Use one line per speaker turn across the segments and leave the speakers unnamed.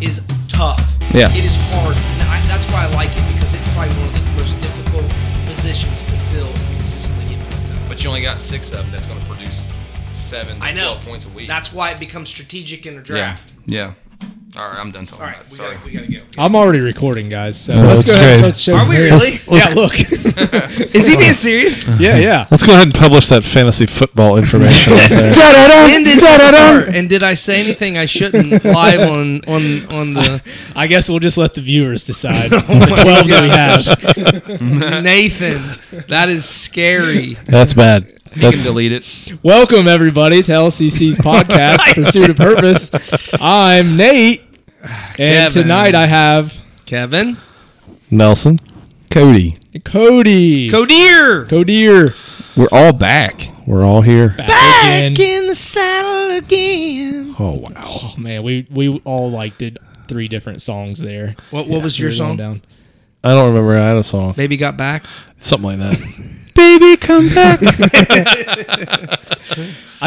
is tough.
Yeah.
It is hard. And I, that's why I like it because it's probably one of the most difficult positions to fill and consistently get points out. of.
But you only got six of them that's going to produce seven to
I know.
12 points a week.
That's why it becomes strategic in a
yeah.
draft.
Yeah. All right, I'm done talking
All
about
right,
it.
we
Sorry.
gotta, we gotta go.
I'm already recording, guys. So
No,
let's
that's
go ahead and
great.
start the show.
Are
from
we
here.
really?
yeah, look.
Is he being serious?
yeah, yeah.
Let's go ahead and publish that fantasy football information out there.
When did this start? And did I say anything I shouldn't live on on on the
I guess we'll just let the viewers decide the 12 that we have.
Nathan? That is scary.
That's bad.
You
That's
can delete it.
Welcome, everybody, to LCC's podcast, Pursuit of Purpose. I'm Nate, and
Kevin.
tonight I have
Kevin,
Nelson. Cody.
Cody.
Codeer,
Codier.
We're all back. We're all here.
Back,
back
again.
in the saddle again.
Oh wow.
Oh, man, we, we all like did three different songs there.
What what was your
Really going
song?
Down.
I don't remember. I had a song.
Baby got back.
Something like that. Baby, come back.
I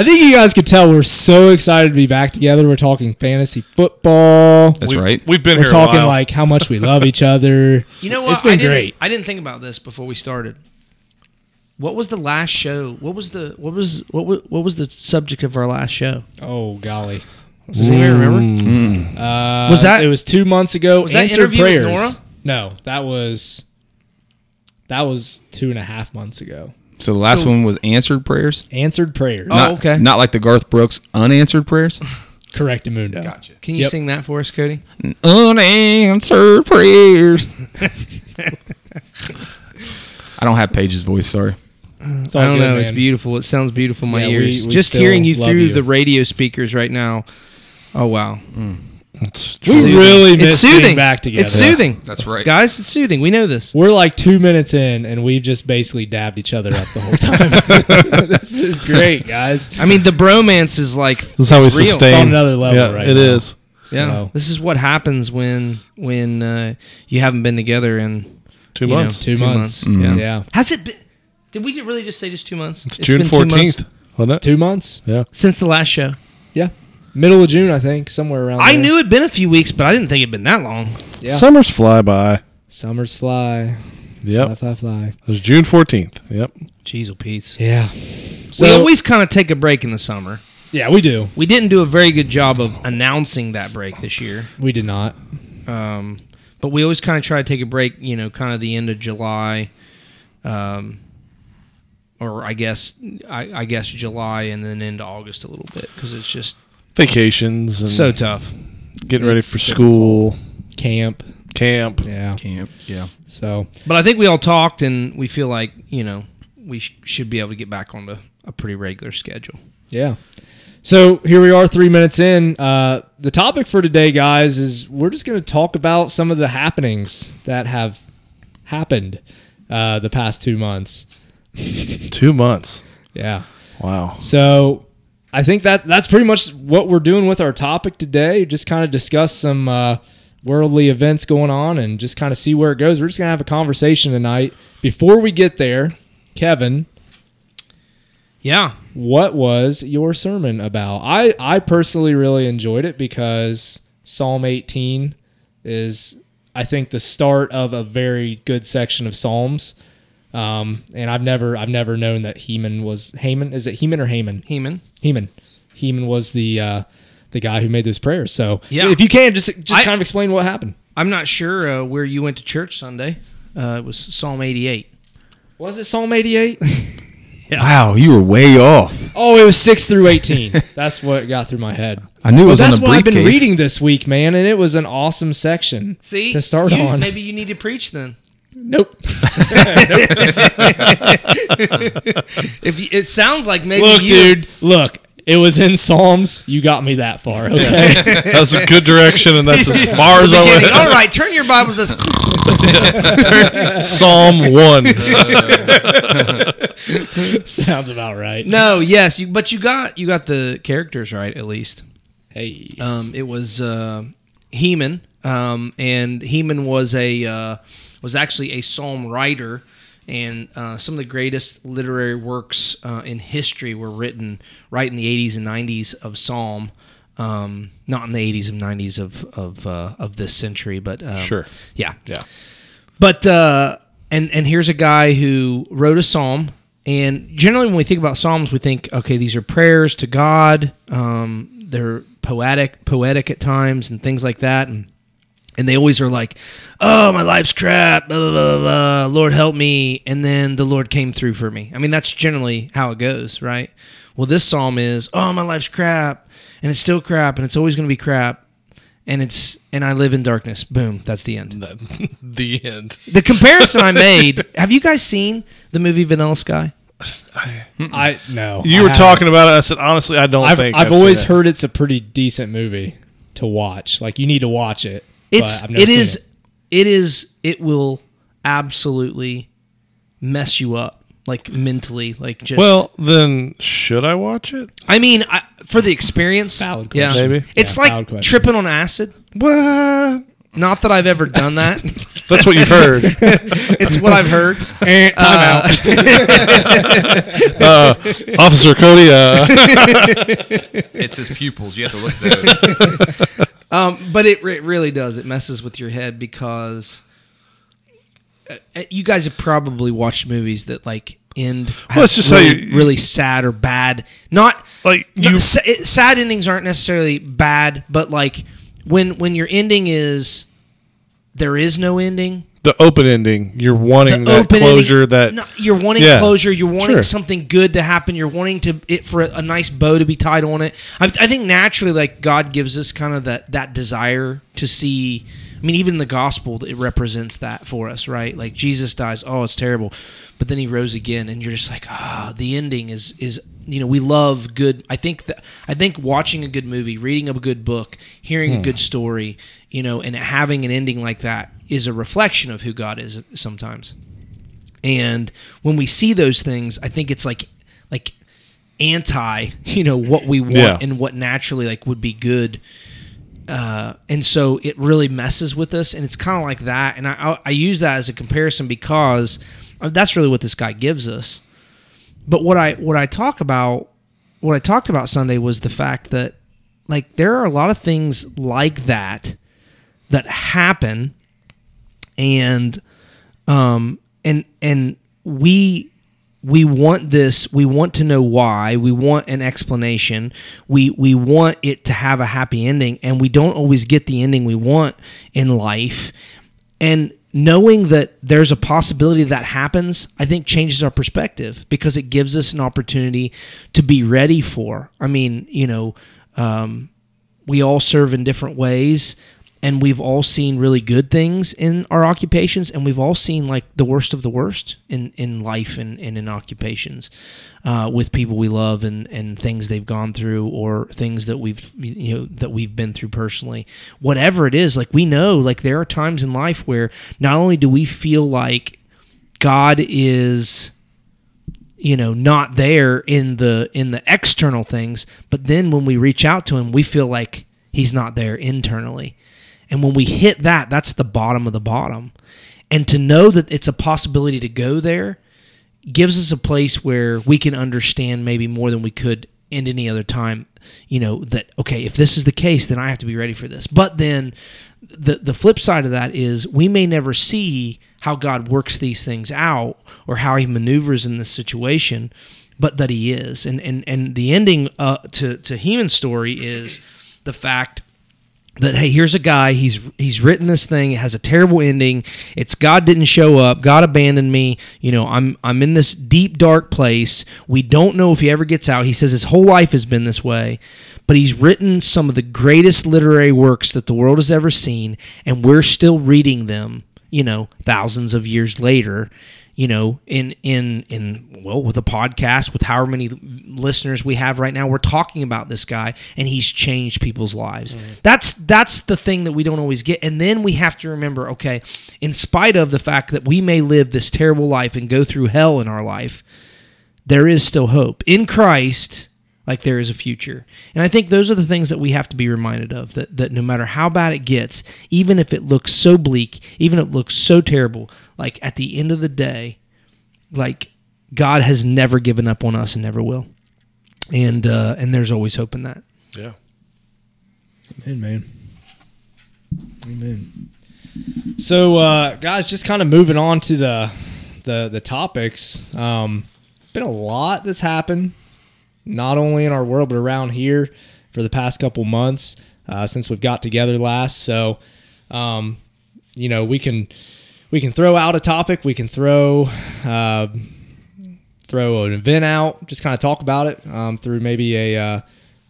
think you guys could tell we're so excited to be back together. We're talking fantasy football.
That's
We've-
right.
We've been
We're
here
talking
a while.
like how much we love each other.
You know what?
It's been
I didn't,
great.
I didn't think about this before we started. What was the last show? What was the what was what was, what was the subject of our last show?
Oh golly.
Does anybody remember?
Uh,
Mm. Was that-
it was two months ago?
Was that
Answered
interview with
prayers.
Nora?
No, that was that was two and a half months ago.
So the last
So-
one was answered prayers.
Answered prayers.
Oh.
Not,
okay.
Not like the Garth Brooks unanswered prayers.
Correct, Amundo.
Can you
Yep.
sing that for us, Cody?
unanswered prayers. I don't have Paige's voice. Sorry.
It's all
I don't
Oh, good,
know.
man.
It's beautiful. It sounds beautiful in my
Yeah, we-
ears.
we
Just
still
hearing you
love
through
you.
the radio speakers right now. Oh wow,
We
Soothing.
really
it's
miss being
soothing.
back together.
It's soothing.
That's right.
guys. It's soothing. We know this.
We're like two minutes in, and we've just basically dabbed each other up the whole time. this is great, guys.
I mean, the bromance is like
This is how we
it's real.
sustain.
It's on another level
yeah,
right
It
now.
is.
Yeah,
So-
this is what happens when when uh, you haven't been together in
Two
you know,
months.
Two months.
Yeah.
Yeah.
Has it been? Did we really just say just two months?
It's June
been two months
fourteenth. Wasn't it?
Two months.
Yeah.
since the last show.
Yeah. Middle of June, I think, somewhere around.
I
there.
knew it'd been a few weeks, but I didn't think it'd been that long.
Yeah.
Summers fly by.
Summers fly. Fly,
Yep.
fly, fly.
It was June fourteenth. Yep.
Jeez, oh, Pete.
Yeah. So
we always kind of take a break in the summer.
yeah, we do.
We didn't do a very good job of announcing that break this year,
We did not.
um, but we always kind of try to take a break. You know, kind of the end of July, um, or I guess I, I guess July and then into August a little bit because it's just
Vacations and
so tough.
getting ready
it's
for school,
Camp.
camp.
Yeah.
Camp. Yeah.
So
But I think we all talked, and we feel like you know we sh- should be able to get back onto a pretty regular schedule.
yeah. So here we are, three minutes in. Uh, the topic for today, guys, is we're just going to talk about some of the happenings that have happened uh, the past two months.
Two months.
Yeah.
Wow.
So I think that that's pretty much what we're doing with our topic today. Just kind of discuss some uh, worldly events going on and just kind of see where it goes. We're just gonna have a conversation tonight. Before we get there, Kevin,
Yeah,
what was your sermon about? I I personally really enjoyed it because Psalm 18 is I think the start of a very good section of Psalms. Um, and I've never I've never known that Heman was Haman. Is it Heman or Haman?
Heman.
Heman. Heman was the uh, the guy who made those prayers. So
Yeah.
if you can, just just
I-
kind of explain what happened.
I'm not sure uh, where you went to church Sunday. Uh, it was Psalm 88.
Was it Psalm 88?
Wow, you were way off.
oh, it was six through 18. that's what got through my head.
I knew it
But
was on
that's
the
what I've been
briefcase.
reading this week, man, and it was an awesome section
See,
to start
You-
on.
Maybe you need to preach then.
Nope.
If you, it sounds like maybe
Look,
you,
dude. Look, it was in Psalms. You got me that far. Okay.
That's a good direction, and that's as far as I
Beginning, all
went.
right, turn your Bibles. This
Psalm one.
Sounds about right.
no, yes, you, but you got you got the characters right at least.
Hey.
Um, it was uh, Heman, um, and Heman was a uh, was actually a psalm writer, and uh, some of the greatest literary works uh, in history were written right in the 80s and 90s of psalm. um, not in the 80s and 90s of of uh, of this century, but um,
Sure.
yeah,
Yeah.
but uh, and and here's a guy who wrote a psalm. And generally, when we think about psalms, we think, okay, these are prayers to God. Um, they're poetic, poetic at times, and things like that. And and they always are like, "Oh, my life's crap. Blah, blah, blah, blah, blah. Lord, help me." And then the Lord came through for me. I mean, that's generally how it goes, right? Well, this psalm is, "Oh, my life's crap, and it's still crap, and it's always going to be crap, and it's and I live in darkness." Boom. That's the end
the end.
the comparison I made. Have you guys seen the movie Vanilla Sky?
I no.
You
I
were
haven't.
talking about it. I said, honestly, I don't
I've,
think.
I've
seen
always
it.
heard it's a pretty decent movie to watch. Like you need to watch it. but
It's
I've never
it
seen
is it is it will absolutely mess you up like mentally like just
Well, then should I watch it?
I mean I, for the experience
Valid
yeah
question.
Maybe.
it's
Yeah, valid
like
question.
tripping on acid
What?
not that I've ever done that
That's what you've heard.
it's what I've heard
Eh, time out.
uh, Officer Cody. Uh,
It's his pupils. You have to look at those.
Um, but it, it really does. It messes with your head because uh, you guys have probably watched movies that like end.
Well, it's
have
just how
really,
you-
really sad or bad. Not
Like,
not-
you-
sa- it- sad endings aren't necessarily bad, but like when when your ending is there is no ending.
the open ending. You're wanting that
open
closure.
ending-
That
No, you're wanting
Yeah.
closure. You're wanting
Sure.
something good to happen. You're wanting to it for a, a nice bow to be tied on it. I, I think naturally, like God gives us kind of that that desire to see. I mean, even the gospel it represents that for us, right? Like Jesus dies. Oh, it's terrible, but then he rose again, and you're just like, ah, the ending is is you know we love good. I think that I think watching a good movie, reading a good book, hearing a
Hmm.
good story, you know, and having an ending like that is a reflection of who God is sometimes. And when we see those things, I think it's like like anti, you know, what we want
Yeah.
and what naturally like would be good. Uh, and so it really messes with us, and it's kind of like that. And I, I I use that as a comparison because uh, that's really what this guy gives us. But what I what I talk about what I talked about Sunday was the fact that like there are a lot of things like that that happen and um and and we we want this we want to know why we want an explanation we we want it to have a happy ending and we don't always get the ending we want in life and knowing that there's a possibility that happens i think changes our perspective because it gives us an opportunity to be ready for i mean you know um, we all serve in different ways and we've all seen really good things in our occupations and we've all seen like the worst of the worst in, in life and, and in occupations uh, with people we love and, and things they've gone through or things that we've you know that we've been through personally whatever it is like we know like there are times in life where not only do we feel like god is you know not there in the in the external things but then when we reach out to him we feel like he's not there internally and when we hit that that's the bottom of the bottom and to know that it's a possibility to go there gives us a place where we can understand maybe more than we could in any other time you know that okay if this is the case then i have to be ready for this but then the the flip side of that is we may never see how god works these things out or how he maneuvers in this situation but that he is and and and the ending uh, to to Heman's story is the fact that hey here's a guy he's he's written this thing it has a terrible ending it's god didn't show up god abandoned me you know i'm i'm in this deep dark place we don't know if he ever gets out he says his whole life has been this way but he's written some of the greatest literary works that the world has ever seen and we're still reading them you know thousands of years later you know in in in well with a podcast with however many listeners we have right now we're talking about this guy and he's changed people's lives that's that's the thing that we don't always get and then we have to remember okay in spite of the fact that we may live this terrible life and go through hell in our life there is still hope in Christ. Like there is a future, and I think those are the things that we have to be reminded of. That that no matter how bad it gets, even if it looks so bleak, even if it looks so terrible, like at the end of the day, like God has never given up on us and never will, and uh, and there's always hope in that.
yeah.
Amen, man. Amen. So, uh, guys, just kind of moving on to the the the topics. Um, been a lot that's happened, not only in our world but around here for the past couple months uh, since we've got together last. So, um, you know, we can we can throw out a topic, we can throw uh, throw an event out, just kind of talk about it um, through maybe a uh,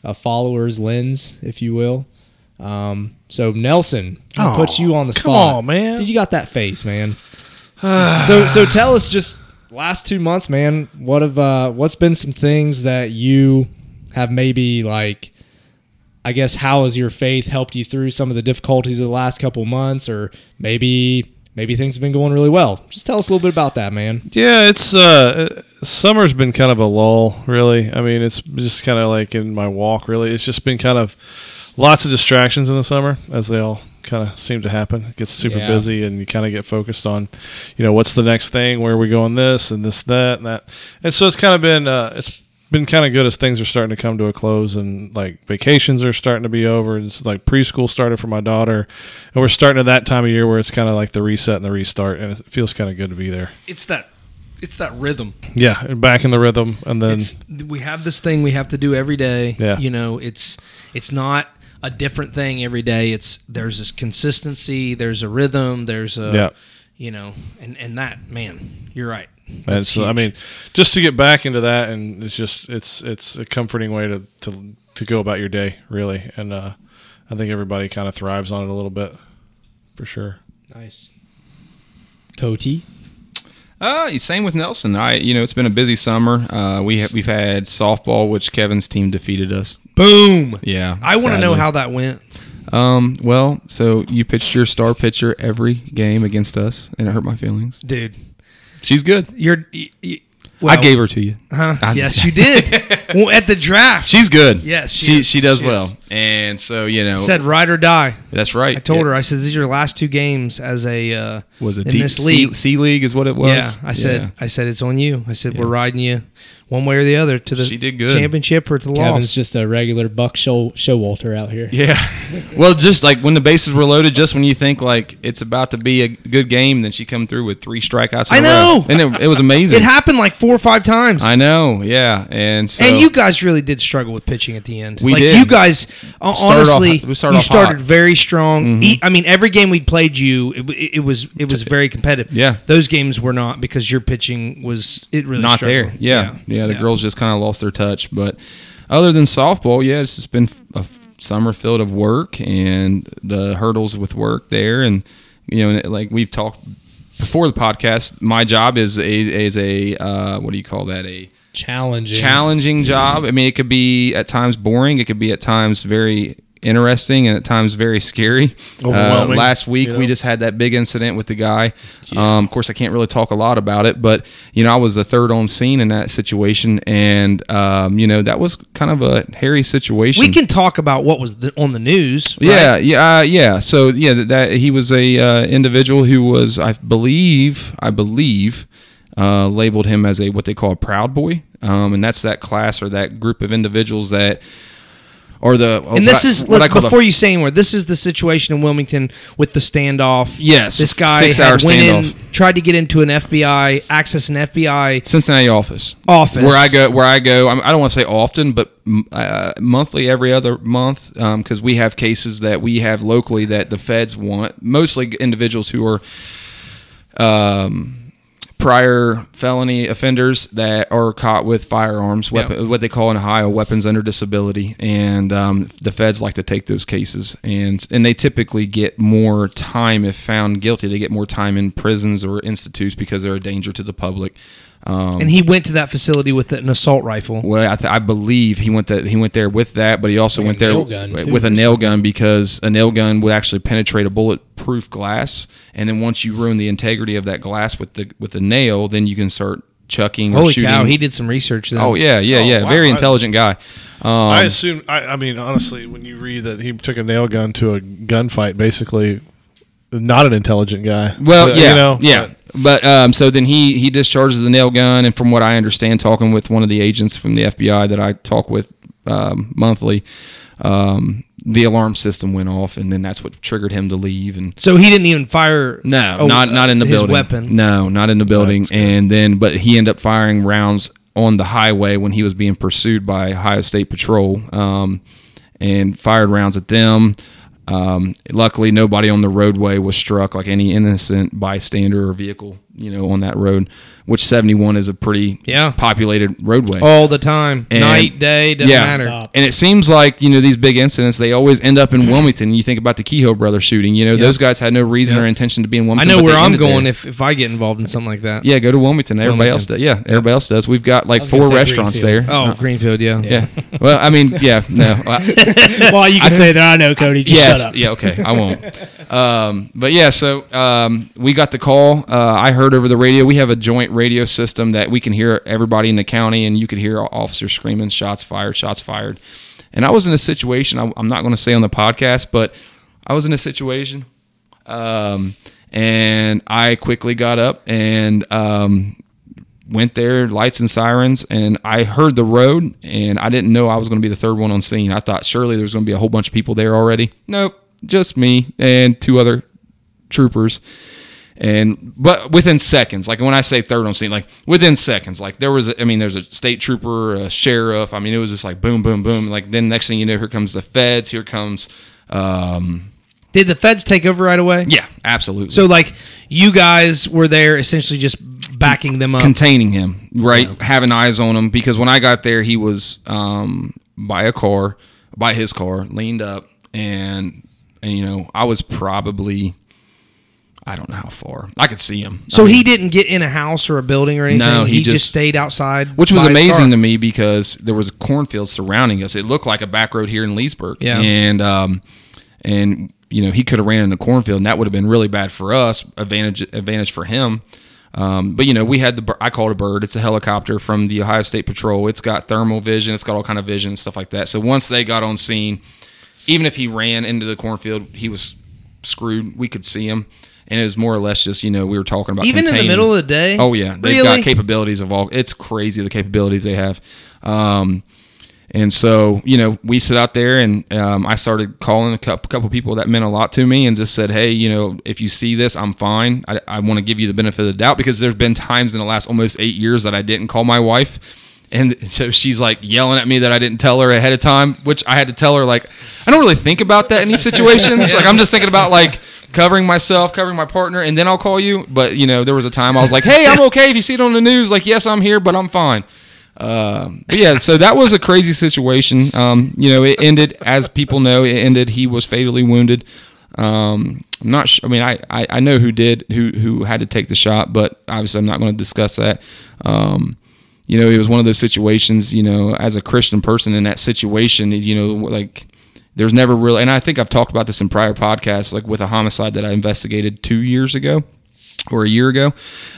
a follower's lens, if you will. Um, so Nelson, I put you on the
Oh, come
spot,
on, man.
Dude, you got that face, man. so so tell us just last two months, man. What have uh, what's been some things that you have maybe like I guess how has your faith helped you through some of the difficulties of the last couple months, or maybe maybe things have been going really well? Just tell us a little bit about that, man.
Yeah, it's uh, uh, summer's been kind of a lull, really. I mean, it's just kind of like in my walk, really. It's just been kind of lots of distractions in the summer, as they all kind of seem to happen. It gets super
Yeah.
busy, and you kind of get focused on, you know, what's the next thing? Where are we going? This and this, that and that. And so it's kind of been uh, it's been kind of good as things are starting to come to a close and like vacations are starting to be over and it's like preschool started for my daughter and we're starting at that time of year where it's kind of like the reset and the restart and it feels kind of good to be there
It's that it's that rhythm.
yeah, and back in the rhythm, and then
it's we have this thing we have to do every day.
Yeah.
You know, it's it's not a different thing every day. It's there's this consistency, there's a rhythm, there's a
Yeah.
you know, and and that man, you're right.
and so, I
huge.
mean, just to get back into that, and it's just it's it's a comforting way to to to go about your day, really, and uh, I think everybody kind of thrives on it a little bit, for sure.
nice.
Cody,
Uh, same with Nelson. I, you know, it's been a busy summer. Uh, we have we've had softball, which Kevin's team defeated us.
Boom.
Yeah,
I want to know
sadly.
how that went.
Um, well, so you pitched your star pitcher every game against us, and it hurt my feelings.
Dude,
She's good.
you're y- y-
I gave her to you.
Huh?
I-
Yes, you did. well, at the draft.
She's good.
Yes, she
she
is.
she does
She
well,
is.
and so you know
said ride or die.
that's right.
I told her I said these are your last two games as a uh,
was it
in
D-
this
C-
league.
C, league is what it was.
Yeah, I said I said it's on you. I said we're riding you one way or the other to the
She did good.
championship or to the
Kevin's
loss.
just a regular Buck Show Showalter out here.
Yeah. well, just like when the bases were loaded, just when you think like it's about to be a good game, then she come through with three strikeouts. in
I
a row.
know!
and it, it was amazing.
It happened like four or five times.
I know, yeah, and so
and you guys really did struggle with pitching at the end.
We
like
did.
you guys uh,
Started off-
honestly
we started
you
off
started
hot. Mm-hmm.
very strong. E- I mean every game we played you it, w- it was it was very competitive.
Yeah.
Those games were not because your pitching was it really
not
struggled.
there. Yeah. yeah, The girls just kind of lost their touch. But other than softball, yeah, it's just been a f- summer filled of work and the hurdles with work there, and you know, like we've talked before the podcast. My job is a is a uh, what do you call that a
Challenging.
challenging job. I mean, it could be at times boring. It could be at times very interesting and at times very scary.
Overwhelming,
Uh, last week
you know?
we just had that big incident with the guy. Um, of course, I can't really talk a lot about it, but you know, I was the third on scene in that situation, and um, you know, that was kind of a hairy situation.
We can talk about what was the, on the news. right?
Yeah, yeah, uh, yeah. So yeah, that, that he was a uh, individual who was, I believe, I believe, uh, labeled him as a what they call a proud boy, um, and that's that class or that group of individuals that are the
And this is
what I
look,
call the-
before you say anywhere. This is the situation in Wilmington with the standoff.
Yes,
this guy
six-hour
had went
standoff.
in, tried to get into an FBI access an FBI.
Cincinnati office.
Office.
Where I go, where I go. I'm- I don't want to say often, but mm, uh, monthly, every other month, because we have cases that we have locally that the feds want, mostly individuals who are. Um, prior felony offenders that are caught with firearms, weapon, what they call in Ohio weapons under disability, and um, the feds like to take those cases, and and they typically get more time if found guilty. They get more time in prisons or institutes because they're a danger to the public. Um,
And he went to that facility with an assault rifle.
well, I, th- I believe he went that he went there with that, but he also went there
nail gun, too,
with a
or
nail gun because a nail gun would actually penetrate a bulletproof glass, and then once you ruin the integrity of that glass with the with the nail, then you can start chucking or
Holy
shooting.
cow! He did some research. Then.
oh yeah, yeah,
Oh,
yeah.
wow.
Very
I-
intelligent guy. Um,
I assume. I, I mean, honestly, when you read that he took a nail gun to a gunfight, basically, not an intelligent guy.
Well,
But,
yeah,
you know,
yeah.
but-
But um, so then he he discharges the nail gun, and from what I understand, talking with one of the agents from the FBI that I talk with um, monthly, um, the alarm system went off, and then that's what triggered him to leave. And
So he didn't even fire.
no,
a-
not not in the
Oh, his
building.
weapon.
No, not in the building. and then, but he ended up firing rounds on the highway when he was being pursued by Ohio State Patrol, um, and fired rounds at them. Um, luckily, nobody on the roadway was struck, like any innocent bystander or vehicle, you know, on that road, which 71 is a pretty
Yeah. Oh,
populated roadway
all the time,
And-
night, day, doesn't matter.
Stop.
and it seems like you know these big incidents they always end up
Mm-hmm.
in Wilmington. You think about the Kehoe brother shooting. You know those guys had no reason
Yeah.
or intention to be in
I
Wilmington.
know
but
where
they
I'm
ended
going
there.
if, if I get involved in something like that.
yeah, go to Wilmington. Everybody
Wilmington.
else does. Yeah, everybody else does. We've got like
was gonna
four
say
restaurants
Greenfield.
there.
Oh, Greenfield, yeah.
Uh-huh. Yeah. Well, I mean, yeah, no. I,
well, you can say that I know, Cody. Just
yes.
shut up.
Yeah. Okay. I won't. um, but yeah, so um, we got the call. Uh, I heard over the radio. We have a joint radio system that we can hear everybody in the county, and you could hear officers screaming, "Shots fired! Shots fired!" And I was in a situation. I, I'm not going to say on the podcast, but I was in a situation, um, and I quickly got up and um, went there, lights and sirens, and I heard the road, and I didn't know I was going to be the third one on scene. I thought surely there was going to be a whole bunch of people there already. Nope, just me and two other troopers. And but within seconds, like when I say third on scene, like within seconds, like there was, I mean, there's a state trooper, a sheriff. I mean, it was just like boom, boom, boom. Like then next thing you know, here comes the feds. Here comes, um,
Did the feds take over right away?
yeah, absolutely.
So like you guys were there essentially just backing them up.
containing him, right? Having eyes on him because when I got there, he was um, by a car, by his car, leaned up, and, and you know I was probably, I don't know how far I could see him.
so
I
he
mean,
didn't get in a house or a building or anything.
No, he
he, just,
just-
stayed outside,
which was
by his car.
amazing to me because there was a cornfield surrounding us. It looked like a back road here in Leesburg,
Yeah.
and um, and you know he could have ran in the cornfield, and that would have been really bad for us. Advantage advantage for him. Um, but you know, we had the bir- I called a bird. It's a helicopter from the Ohio State Patrol. It's got thermal vision. It's got all kind of vision and stuff like that. So once they got on scene, even if he ran into the cornfield, he was screwed. We could see him, and it was more or less just you know we were talking about
Even in the
containing-
middle of the day.
Oh yeah, they've
really?
got capabilities of all. It's crazy the capabilities they have. Um, and so you know, we sit out there, and um, I started calling a couple, couple people that meant a lot to me, and just said, hey, you know, if you see this, I'm fine. I, I want to give you the benefit of the doubt because there's been times in the last almost eight years that I didn't call my wife. And so she's like yelling at me that I didn't tell her ahead of time, which I had to tell her like I don't really think about that in these situations. Like I'm just thinking about like covering myself, covering my partner, and then I'll call you. But you know, there was a time I was like, "Hey, I'm okay." If you see it on the news, like, yes, I'm here, but I'm fine. Um, but yeah, so that was a crazy situation. Um, you know, it ended as people know. It ended. He was fatally wounded. Um, I'm not. Sh- I mean, I, I I know who did who who had to take the shot, but obviously I'm not going to discuss that. Um, you know, it was one of those situations. You know, as a Christian person in that situation, you know, like there's never really. And I think I've talked about this in prior podcasts, like with a homicide that I investigated two years ago or a year ago,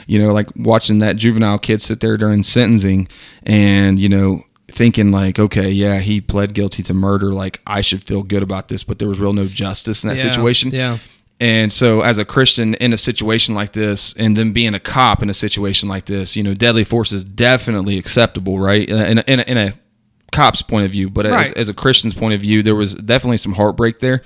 you know, like watching that juvenile kid sit there during sentencing and, you know, thinking like, okay, yeah, he pled guilty to murder. Like I should feel good about this, but there was real no justice in that
Yeah,
situation.
yeah.
And so as a Christian in a situation like this, and then being a cop in a situation like this, you know, deadly force is definitely acceptable, right? In a, in a, in a cop's point of view, but as,
Right.
as a Christian's point of view, there was definitely some heartbreak there.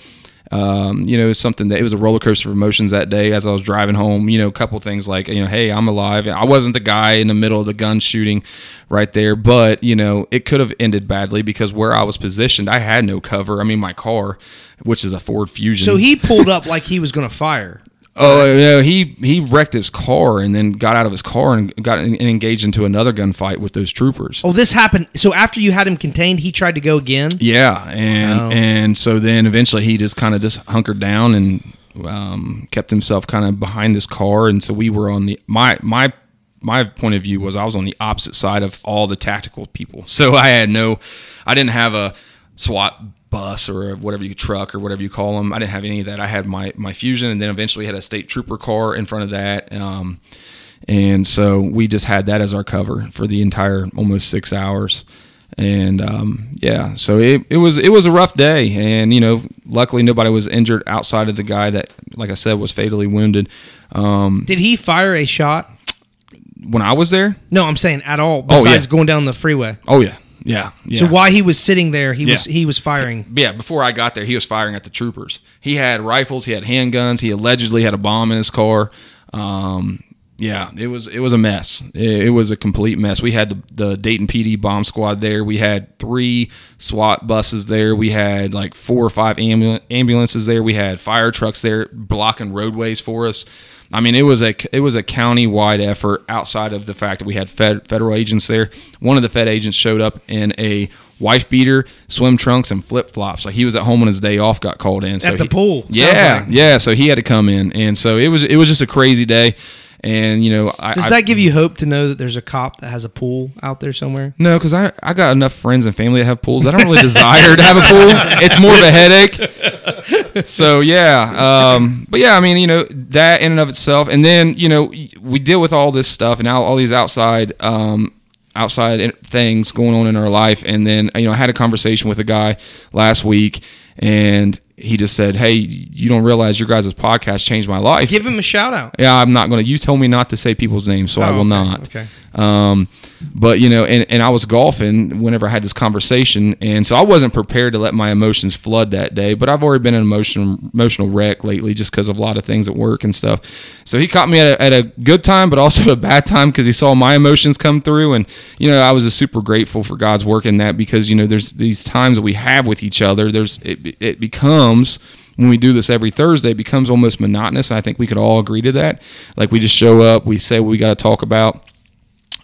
Um, you know, it was something that it was a roller coaster of emotions that day as I was driving home. You know, a couple things like, you know, hey, I'm alive. I wasn't the guy in the middle of the gun shooting right there, but, you know, it could have ended badly because where I was positioned, I had no cover. I mean, my car, which is a Ford Fusion.
So he pulled up like he was going to fire.
Oh no, he he wrecked his car and then got out of his car and got in, and engaged into another gunfight with those troopers.
Oh, this happened. So after you had him contained, he tried to go again.
Yeah, and and so then eventually he just kind of just hunkered down and um, kept himself kind of behind this car, and so we were on the my my my point of view was I was on the opposite side of all the tactical people, so I had no, I didn't have a SWAT bus or whatever you truck or whatever you call them. I didn't have any of that. I had my my Fusion, and then eventually had a state trooper car in front of that. Um, and so we just had that as our cover for the entire almost six hours and um, yeah so it, it was it was a rough day and you know luckily nobody was injured outside of the guy that like i said was fatally wounded um,
Did he fire a shot?
when i was there
No, I'm saying at all.
Oh, yeah.
Besides going down the freeway.
oh yeah Yeah. yeah.
So while he was sitting there, he was
Yeah.
he was firing.
yeah, before I got there, he was firing at the troopers. He had rifles, he had handguns, he allegedly had a bomb in his car. Um, yeah, it was it was a mess. It, it was a complete mess. We had the, the Dayton PD bomb squad there. We had three SWAT buses there. We had like four or five ambul- ambulances there. We had fire trucks there blocking roadways for us. I mean, it was a it was a county wide effort outside of the fact that we had fed, federal agents there. One of the Fed agents showed up in a wife beater, swim trunks, and flip flops. Like he was at home on his day off, got called in so
At the
he-
pool, sounds
Yeah,
like.
yeah. So he had to come in, and so it was it was just a crazy day. And you know, I,
Does
I-
that give you hope to know that there's a cop that has a pool out there somewhere?
no, because I, I got enough friends and family that have pools. I don't really desire to have a pool. It's more of a headache. So yeah, um, but yeah, I mean, you know, that in and of itself, and then you know, we deal with all this stuff and all, all these outside um, outside in- things going on in our life, and then you know, I had a conversation with a guy last week, and he just said, "Hey, you don't realize your guys' podcast changed my life."
Give him a shout out.
Yeah, I'm not gonna. You told me not to say people's names, so I
Oh,
will
okay,
not.
okay.
Um, but you know, and, and I was golfing whenever I had this conversation, and so I wasn't prepared to let my emotions flood that day. But I've already been an emotional emotional wreck lately, just because of a lot of things at work and stuff. So he caught me at a, at a good time, but also a bad time because he saw my emotions come through, and you know, I was just super grateful for God's work in that because you know, there's these times that we have with each other. There's it, it becomes when we do this every Thursday, it becomes almost monotonous. And I think we could all agree to that. Like we just show up, we say what we got to talk about,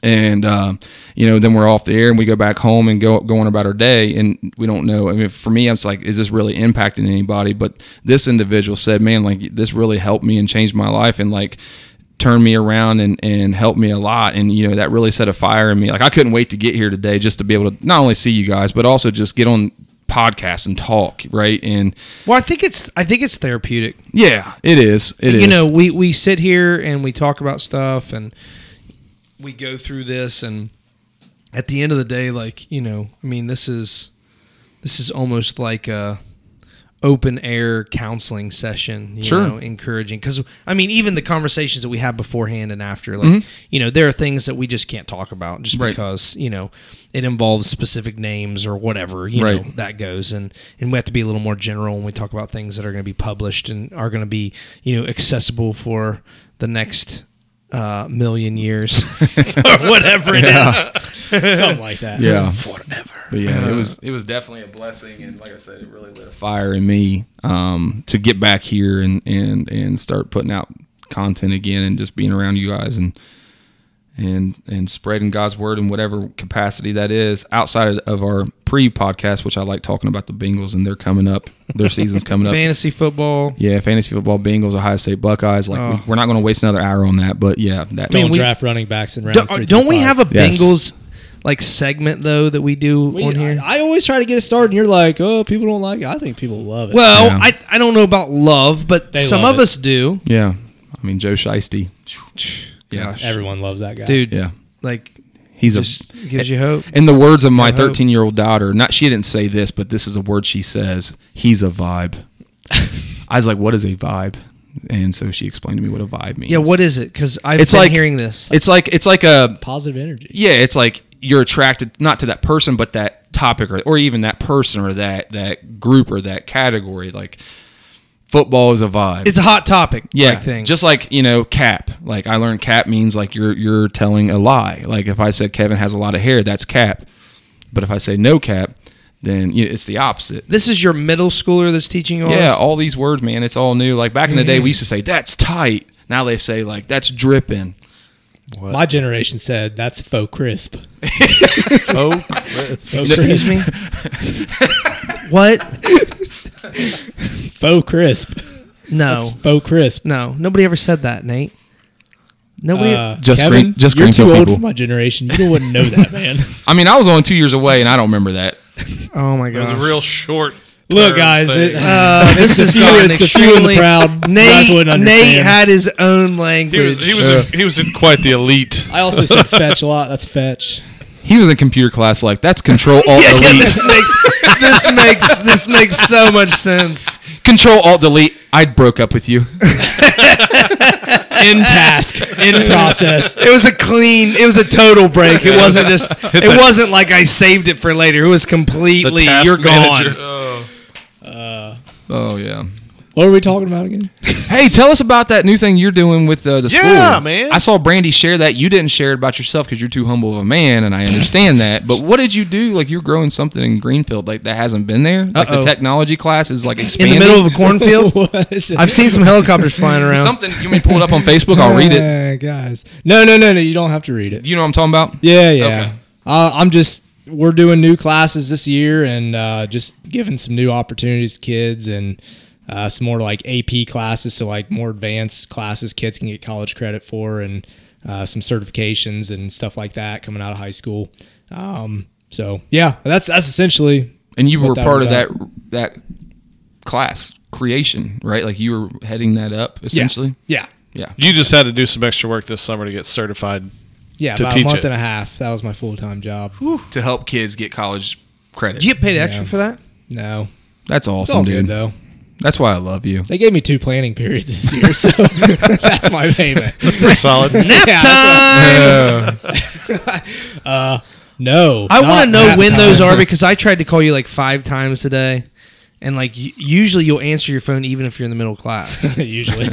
and um, you know, then we're off the air and we go back home and go go on about our day, and we don't know. I mean, for me, I'm just like, is this really impacting anybody? But this individual said, man, like this really helped me and changed my life, and like turned me around and, and helped me a lot and you know that really set a fire in me like i couldn't wait to get here today just to be able to not only see you guys but also just get on podcasts and talk right and
Well, I think it's I think it's therapeutic.
yeah, it is. It is.
you know, we we sit here and we talk about stuff and we go through this and at the end of the day like, you know, I mean, this is this is almost like a open air counseling session, you
Sure.
know, encouraging cuz I mean, even the conversations that we have beforehand and after like, you know, there are things that we just can't talk about just
Mm-hmm. Right.
because, you know, it involves specific names or whatever, you
Right.
know, that goes and and we have to be a little more general when we talk about things that are going to be published and are going to be you know accessible for the next uh, million years or whatever it is.
something like that.
yeah, forever. But yeah, it was it was definitely a blessing, and like I said, it really lit a fire in me um, to get back here and and and start putting out content again, and just being around you guys and. And, and spreading God's word in whatever capacity that is outside of our pre podcast, which I like talking about the Bengals and they're coming up, their season's coming up.
Fantasy football.
Yeah, fantasy football Bengals, Ohio State Buckeyes. Like, we, are not going to waste another hour on that, but yeah, that
Don't
mean, Oh. we-
draft running backs in rounds.
Don't, uh,
three
don't
through
we
five.
have a
Yes.
Bengals like segment though that we do
We-
on here?
I, I always try to get it started, and you're like, "Oh, people don't like it." I think people love it.
well,
Yeah.
I, I don't know about love, but
They
some
love
of
it.
us do.
yeah, I mean Joe Shiesty. Yeah.
Gosh,
everyone loves that guy,
dude,
Yeah,
like
he's
just
a
gives you hope.
In the words of my
I hope.
13 year old daughter, not she didn't say this, but this is a word she says. He's a vibe. I was like, what is a vibe? And so she explained to me what a vibe means.
Yeah, what is it? Because I've
It's
been
like-
hearing this.
It's like it's like a
Positive energy.
yeah. It's like you're attracted not to that person, but that topic or or even that person or that that group or that category. Like football is a vibe.
It's a hot topic.
yeah,
like, thing.
just like you know, cap. Like I learned, cap means like you're you're telling a lie. Like if I said Kevin has a lot of hair, that's cap. But if I say no cap, then you it's the opposite.
this is your middle schooler that's teaching you all
Yeah,
this?
all these words, man. It's all new. Like back in the day, we used to say that's tight. Now they say like that's dripping.
My generation said that's faux crisp.
Oh,
Faux crisp.
me? what?
Faux crisp.
No.
That's faux crisp.
no. Nobody ever said that, Nate. Nobody.
Uh,
Just
Kevin,
green- just
you're
green
too
pill
old
people.
for my generation. You wouldn't know that, man.
I mean, I was only two years away, and I don't remember that.
oh my
it was a
god.
real short.
Look,
term
guys,
thing.
it,
Uh, this is
few-
going
it's the few and the
extremely
proud. You guys
Nate,
wouldn't understand.
Nate had his own
he was
language.
he was in, he was in quite the elite.
I also said fetch a lot. That's fetch.
He was in computer class. Like that's control alt delete.
this makes this makes this makes so much sense.
control alt delete. I broke up with you.
in task, in process.
It was a clean. It was a total break. It wasn't just. It wasn't like I saved it for later. It was completely.
The task
You're
manager.
gone.
Oh yeah.
What are we talking about again?
Hey, tell us about that new thing you're doing with uh, the school.
Yeah, man.
I saw Brandy share that. You didn't share it about yourself because you're too humble of a man, and I understand that. But what did you do? Like you're growing something in Greenfield, like that hasn't been there. Like
Uh-oh.
the technology class is like
In
expanding.
the middle of a cornfield. I've seen some helicopters flying around.
something. You mean pull it up on Facebook? I'll read it.
Uh, guys. No, no, no, no. You don't have to read it.
You know what I'm talking about?
Yeah, yeah.
Okay.
Uh, I'm just we're doing new classes this year and uh, just giving some new opportunities to kids and uh, some more like AP classes, so like more advanced classes kids can get college credit for and uh, some certifications and stuff like that coming out of high school. Um, so yeah, that's that's essentially
And you
What
were
that
part
was
of that that class creation, right? Like you were heading that up essentially.
yeah
Yeah.
You just had to do some extra work this summer to get certified.
yeah
To
about a
teach
month
it.
and a half. That was my full time job.
To help kids get college credit.
Did you get paid extra
Yeah.
for that?
No,
That's
it's
awesome,
all
dude.
good though.
That's why I love you.
They gave me two planning periods this year, so that's my payment.
Pretty solid.
Nap
Yeah, that's what
time.
No,
I
not
want to know
that
when
time.
those are because I tried to call you like five times today, and like y- usually you'll answer your phone even if you're in the middle of class,
usually.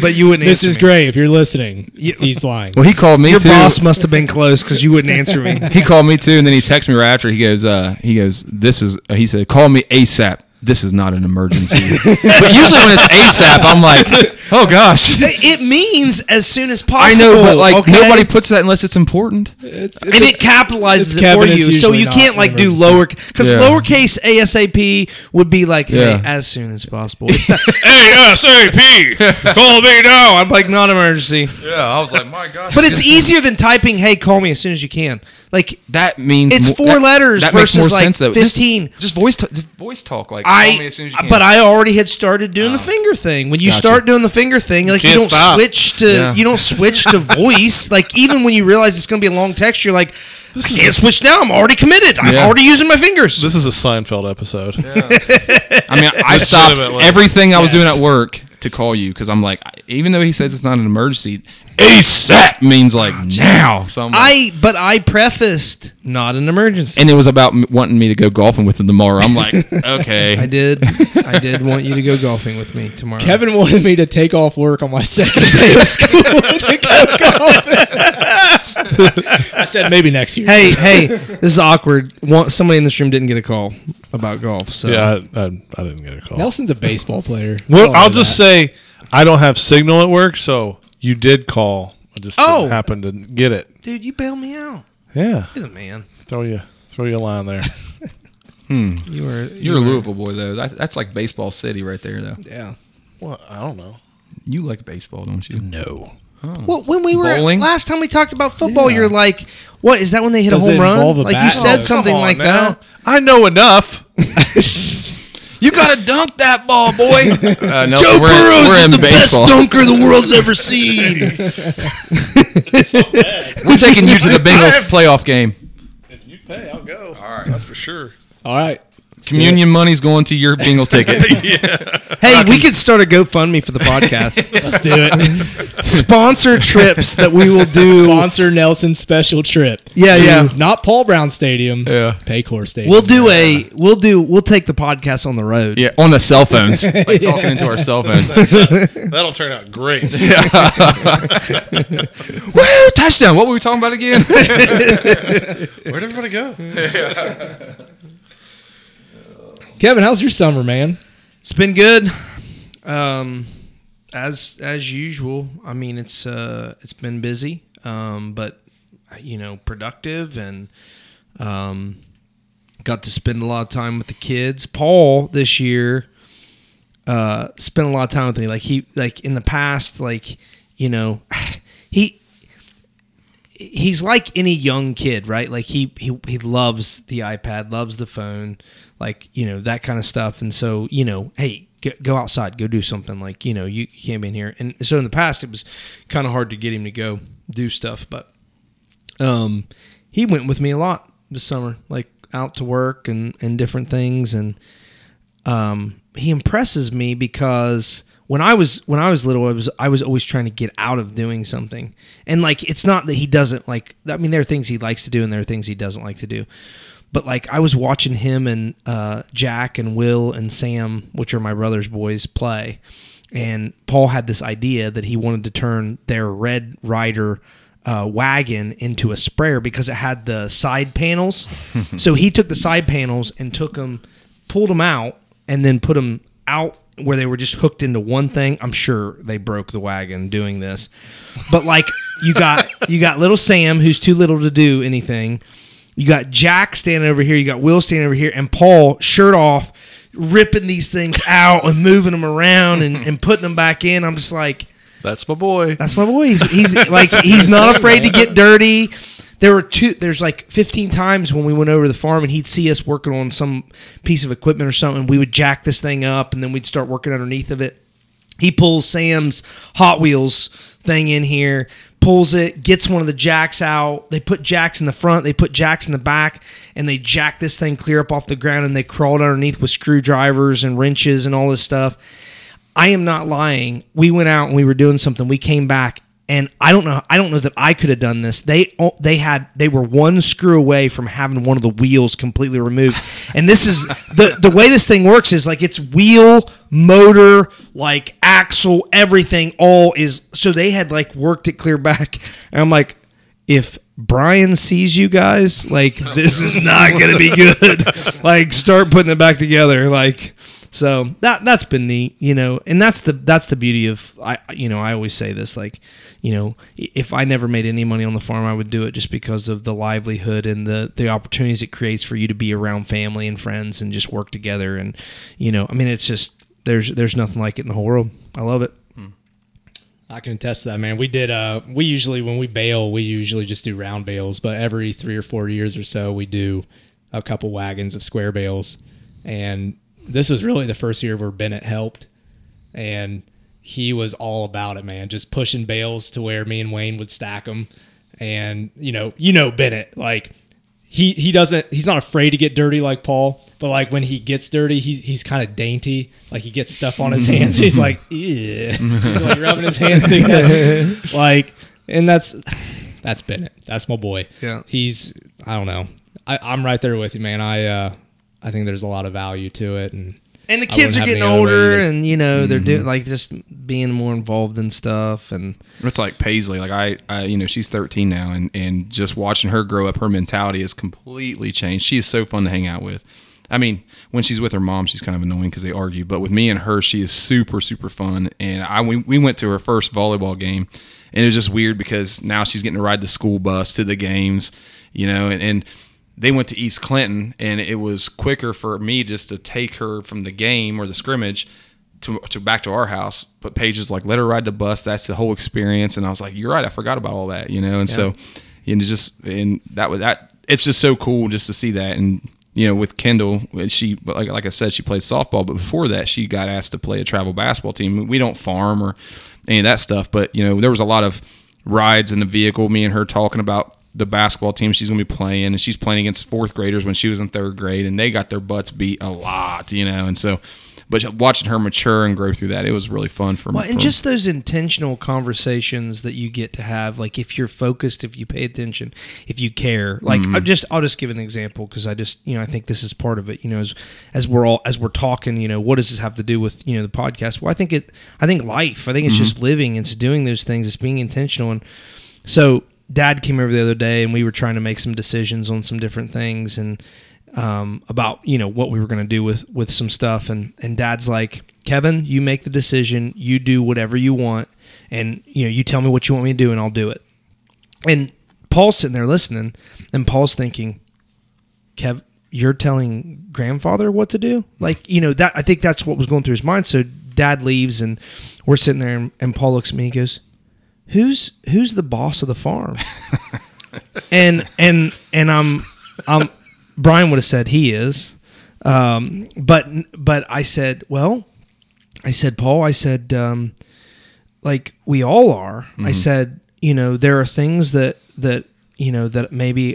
but you wouldn't.
this
answer
is
me.
great. If you're listening,
Yeah.
he's lying.
Well, he called me
Your
too.
boss must have been close because you wouldn't answer me.
He called me too, and then he texted me right after. He goes, uh, he goes, this is. He said, call me ASAP. This is not an emergency. but usually when it's ASAP, I'm like, oh gosh.
it means as soon as
I
possible.
know, but like
okay?
nobody puts that unless it's important.
It's,
and it capitalizes
it's
it for
Kevin, it's
you, so
usually
you
not
can't like do
emergency.
lower because
Yeah.
lowercase ASAP would be like hey,
Yeah.
as soon as possible. It's not,
ASAP. Call me
Oh,
now.
I'm like not emergency,
Yeah, I was like, my gosh.
but it's easier than typing "Hey, call me as soon as you can." Like
That means
It's
mo-
four letters
makes
versus, like,
though.
15.
Just, just voice, t- voice talk. Like
Call me
I,
as soon as you can.
but I already had started doing the finger thing. When you
Gotcha.
start doing the finger thing, like you,
can't
don't
stop.
switch to
Yeah.
you don't switch to voice. Like even when you realize it's going to be a long text, you're like, I can't switch now. I'm already committed. I'm
Yeah.
already using my fingers.
This is a Seinfeld episode.
I mean, I stopped
Legitimately.
everything I was doing at work to call you because I'm like, I- even though he says it's not an emergency, ASAP means like now. So I'm like,
I but I prefaced not an emergency.
and it was about m- wanting me to go golfing with him tomorrow. I'm like, okay.
I did. I did want you to go golfing with me tomorrow.
Kevin wanted me to take off work on my second day of school to go golfing. I said maybe next year.
Hey, hey, this is awkward. One, somebody in this room didn't get a call about golf. So
Yeah, I, I, I didn't get a call.
Nelson's a baseball player.
Well,
Don't
I'll
do
just
that.
say I don't have signal at work, so you did call. I just
Oh.
didn't happen to get it.
dude, you bailed me out.
Yeah,
You're the man.
throw you throw you a line there.
You were. You
You're a Louisville boy though. That, that's like baseball city right there though.
yeah.
well, I don't know.
You like baseball, don't you?
No,
well, when we were
Bowling?
last time we talked about football, you're like, "What is that when they hit
Does
a
it
home run?"
involve a
Like you
bat?
said
Oh,
something like that.
I know enough.
You gotta dunk that ball, boy. uh, no, we're,
Burrow's
we're in baseball.
dunker the world's ever seen.
We're taking you to the Bengals playoff game.
If you pay, I'll go. All right, that's for sure.
All right.
Communion money's going to your Bengals ticket.
hey, we could start a GoFundMe for the podcast.
Let's do it.
Sponsor trips that we will do.
Sponsor Nelson's special trip.
Yeah,
to
yeah.
Not Paul Brown Stadium.
Yeah.
Paycor Stadium.
We'll do a. We'll do. We'll take the podcast on the road.
yeah, on the cell phones, like talking into our cell phones.
That'll turn out great.
Woo! Touchdown! What were we talking about again?
Where'd everybody go?
Kevin, how's your summer, man?
It's been good. Um, as as usual. I mean, it's uh, it's been busy, um, but you know, productive and um, got to spend a lot of time with the kids. Paul this year uh, spent a lot of time with me. Like he like in the past, like you know, he. He's like any young kid, right? Like he, he he loves the iPad, loves the phone, like you know that kind of stuff. And so you know, hey, go, go outside, go do something. Like you know, you, you can't be in here. And so in the past, it was kind of hard to get him to go do stuff, but um, he went with me a lot this summer, like out to work and and different things. And um, he impresses me because when I was when I was little, I was I was always trying to get out of doing something. And like, it's not that he doesn't like. I mean, there are things he likes to do, and there are things he doesn't like to do. But like, I was watching him and uh, Jack and Will and Sam, which are my brother's boys, play. And Paul had this idea that he wanted to turn their Red Rider uh, wagon into a sprayer because it had the side panels. so he took the side panels and took them, pulled them out, and then put them out where they were just hooked into one thing. I'm sure they broke the wagon doing this, but like you got you got little Sam who's too little to do anything. You got Jack standing over here. You got Will standing over here, and Paul shirt off, ripping these things out and moving them around and, and putting them back in. I'm just like.
That's my boy.
That's my boy. He's, he's like he's not afraid to get dirty. There were two. There's like 15 times when we went over to the farm and he'd see us working on some piece of equipment or something. We would jack this thing up and then we'd start working underneath of it. He pulls Sam's Hot Wheels thing in here, pulls it, gets one of the jacks out. They put jacks in the front, they put jacks in the back, and they jack this thing clear up off the ground and they crawled underneath with screwdrivers and wrenches and all this stuff. I am not lying. We went out and we were doing something. We came back and I don't know I don't know that I could have done this. They they had they were one screw away from having one of the wheels completely removed. And this is the the way this thing works is like it's wheel, motor, like axle, everything all is so they had like worked it clear back. And I'm like if Brian sees you guys, like this is not going to be good. like start putting it back together. Like so that that's been neat, you know. And that's the that's the beauty of I you know I always say this like you know if I never made any money on the farm I would do it just because of the livelihood and the the opportunities it creates for you to be around family and friends and just work together and you know I mean it's just there's there's nothing like it in the whole world. I love it.
I can attest to that, man. We did. Uh, we usually when we bail, we usually just do round bales, but every three or four years or so, we do a couple wagons of square bales. And this was really the first year where Bennett helped, and he was all about it, man. Just pushing bales to where me and Wayne would stack them, and you know, you know Bennett, like he he doesn't he's not afraid to get dirty like Paul, but like when he gets dirty, he's he's kind of dainty. Like he gets stuff on his hands. He's like, "Ew." he's like rubbing his hands together. like, and that's that's Bennett. That's my boy.
Yeah.
he's I don't know. I, I'm right there with you, man. I uh, I think there's a lot of value to it, and
And the
I
kids
wouldn't
are
have it
getting
any other way
older,
either.
and you know they're doing like just being more involved in stuff. And
It's like Paisley. Like I, I, you know, she's 13 now, and and just watching her grow up, her mentality has completely changed. She is so fun to hang out with. I mean, when she's with her mom, she's kind of annoying because they argue. But with me and her, she is super, super fun. And I, we, we went to her first volleyball game, and it was just weird because now she's getting to ride the school bus to the games, you know, and. and they went to East Clinton, and it was quicker for me just to take her from the game or the scrimmage to, to back to our house. But Paige is like, let her ride the bus. That's the whole experience. And I was like, you're right. I forgot about all that, you know. And so, and it's just and that was that. It's just so cool just to see that. And you know, with Kendall, and she but like like I said, she played softball. But before that, she got asked to play a travel basketball team. We don't farm or any of that stuff. But you know, there was a lot of rides in the vehicle. Me and her talking about the basketball team she's going to be playing, and she's playing against fourth graders when she was in third grade, and they got their butts beat a lot, you know. And so, but watching her mature and grow through that, it was really fun for me.
well, and just those intentional conversations that you get to have, like if you're focused, if you pay attention, if you care. Like I'm just, I'll just give an example because I just, you know, I think this is part of it. You know, as as we're all as we're talking, you know, what does this have to do with you know the podcast? Well, I think it, I think life. I think it's just living. It's doing those things. It's being intentional. And so, Dad came over the other day, and we were trying to make some decisions on some different things, and um, about you know what we were going to do with with some stuff and and dad's like kevin you make the decision you do whatever you want and you know you tell me what you want me to do and i'll do it and paul's sitting there listening and paul's thinking kev you're telling grandfather what to do like you know that i think that's what was going through his mind so dad leaves and we're sitting there and, and paul looks at me and goes who's who's the boss of the farm and and and i'm i'm brian would have said he is um but but i said well i said paul i said um like we all are i said you know there are things that that you know that maybe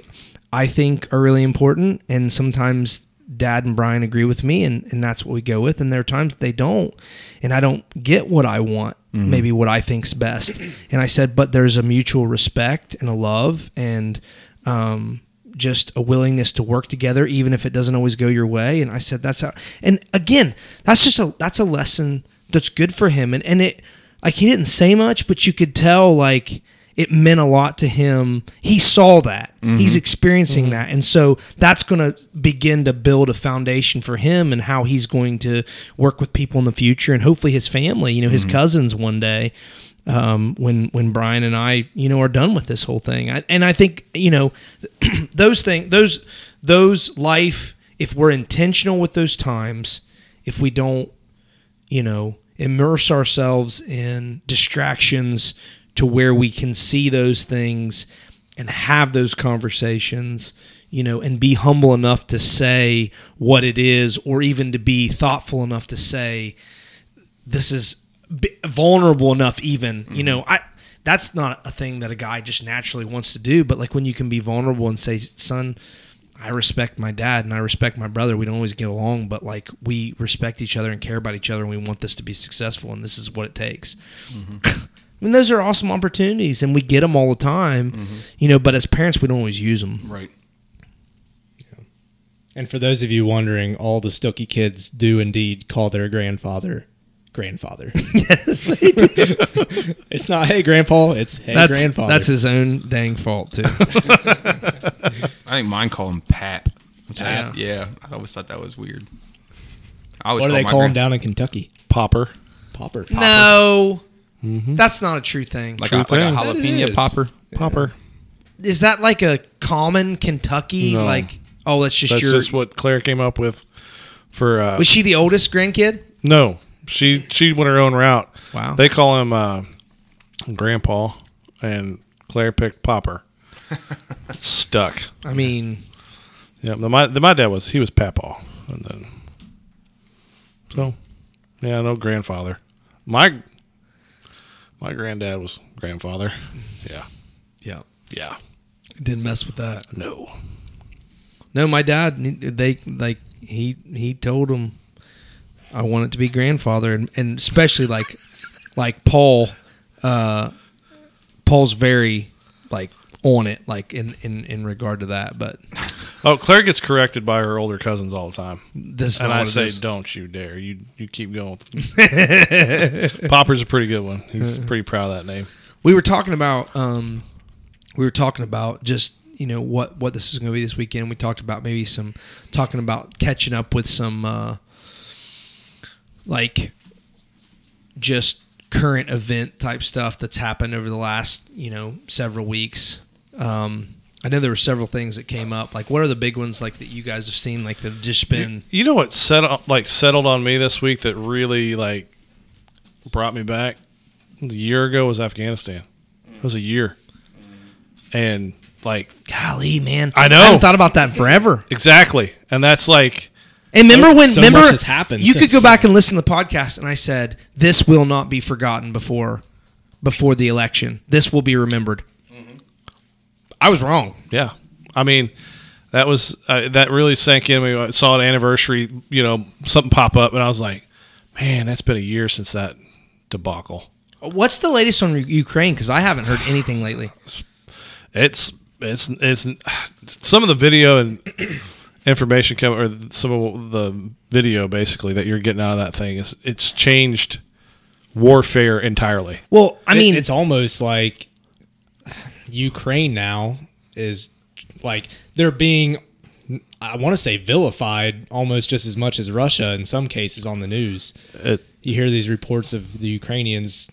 I think are really important, and sometimes Dad and Brian agree with me, and and that's what we go with. And there are times they don't, and I don't get what I want, maybe what I think's best. And I said, but there's a mutual respect and a love and um, just a willingness to work together, even if it doesn't always go your way. And I said, that's how. And again, that's just a that's a lesson that's good for him. And and it like he didn't say much, but you could tell like it meant a lot to him. He saw that. He's experiencing that. And so that's going to begin to build a foundation for him and how he's going to work with people in the future and hopefully his family, you know, his cousins one day. Um, when when Brian and I, you know, are done with this whole thing, I, and I think you know, those things, those those life. If we're intentional with those times, if we don't you know, immerse ourselves in distractions to where we can see those things and have those conversations, you know, and be humble enough to say what it is, or even to be thoughtful enough to say, this is b- vulnerable enough, even, you know, I, that's not a thing that a guy just naturally wants to do, but like when you can be vulnerable and say, son, I respect my dad and I respect my brother. We don't always get along, but like we respect each other and care about each other, and we want this to be successful, and this is what it takes. I mean, those are awesome opportunities, and we get them all the time, you know. But as parents, we don't always use them.
Right.
And for those of you wondering, all the Stookie kids do indeed call their grandfather grandfather.
Yes, they do.
it's not hey grandpa, it's hey
that's
grandfather.
that's his own dang fault too.
I think mine call him Pap. Which
Pap.
I, yeah, I always thought that was weird. I always
what do
call
they
my
call him
grand-
down in Kentucky?
Popper.
Popper.
no, that's not a true thing.
like
Like,
a,
True
like a
thing. That
jalapeno
it is.
popper.
Popper.
is that like a common Kentucky?
No.
Like, oh, that's just
That's
your.
just what Claire came up with for uh,
was she the oldest grandkid?
No, she she went her own route.
Wow.
They call him uh, Grandpa, and Claire picked Popper. Stuck.
I mean,
Yeah, my the, my dad was he was Papaw, and then so yeah, no grandfather. My my granddad was grandfather. Yeah,
yeah,
yeah.
didn't mess with that.
No,
No, my dad. They like he he told him I want it to be grandfather, and, and especially like like Paul. Uh, Paul's very like on it, like in in in regard to that. But
oh, Claire gets corrected by her older cousins all the time,
this is
and
not
I
what it
say,
is.
"Don't you dare! You you keep going." Popper's a pretty good one. He's pretty proud of that name.
we were talking about um, we were talking about just you know what what this is going to be this weekend. We talked about maybe some talking about catching up with some uh, like just current event type stuff that's happened over the last you know several weeks. Um, I know there were several things that came up. Like, what are the big ones like that you guys have seen? Like, that have just been
You know what settled like settled on me this week that really like brought me back a year ago was Afghanistan. It was a year, and like
golly, man.
I know.
I haven't thought about that in forever.
exactly, and that's like
And remember when
so
remember
much has happened
You could
since
go back and listen to the podcast, and I said this will not be forgotten before before the election. This will be remembered. I was wrong.
yeah. I mean, that was uh, that really sank in me. I saw an anniversary, you know, something pop up, and I was like, man, that's been a year since that debacle.
What's the latest on U- Ukraine? Because I haven't heard anything lately.
it's it's it's some of the video and information come or some of the video basically that you're getting out of that thing is it's changed warfare entirely.
Well, I mean,
It- it's almost like Ukraine now is like they're being I want to say vilified almost just as much as Russia in some cases on the news.
It
You hear these reports of the Ukrainians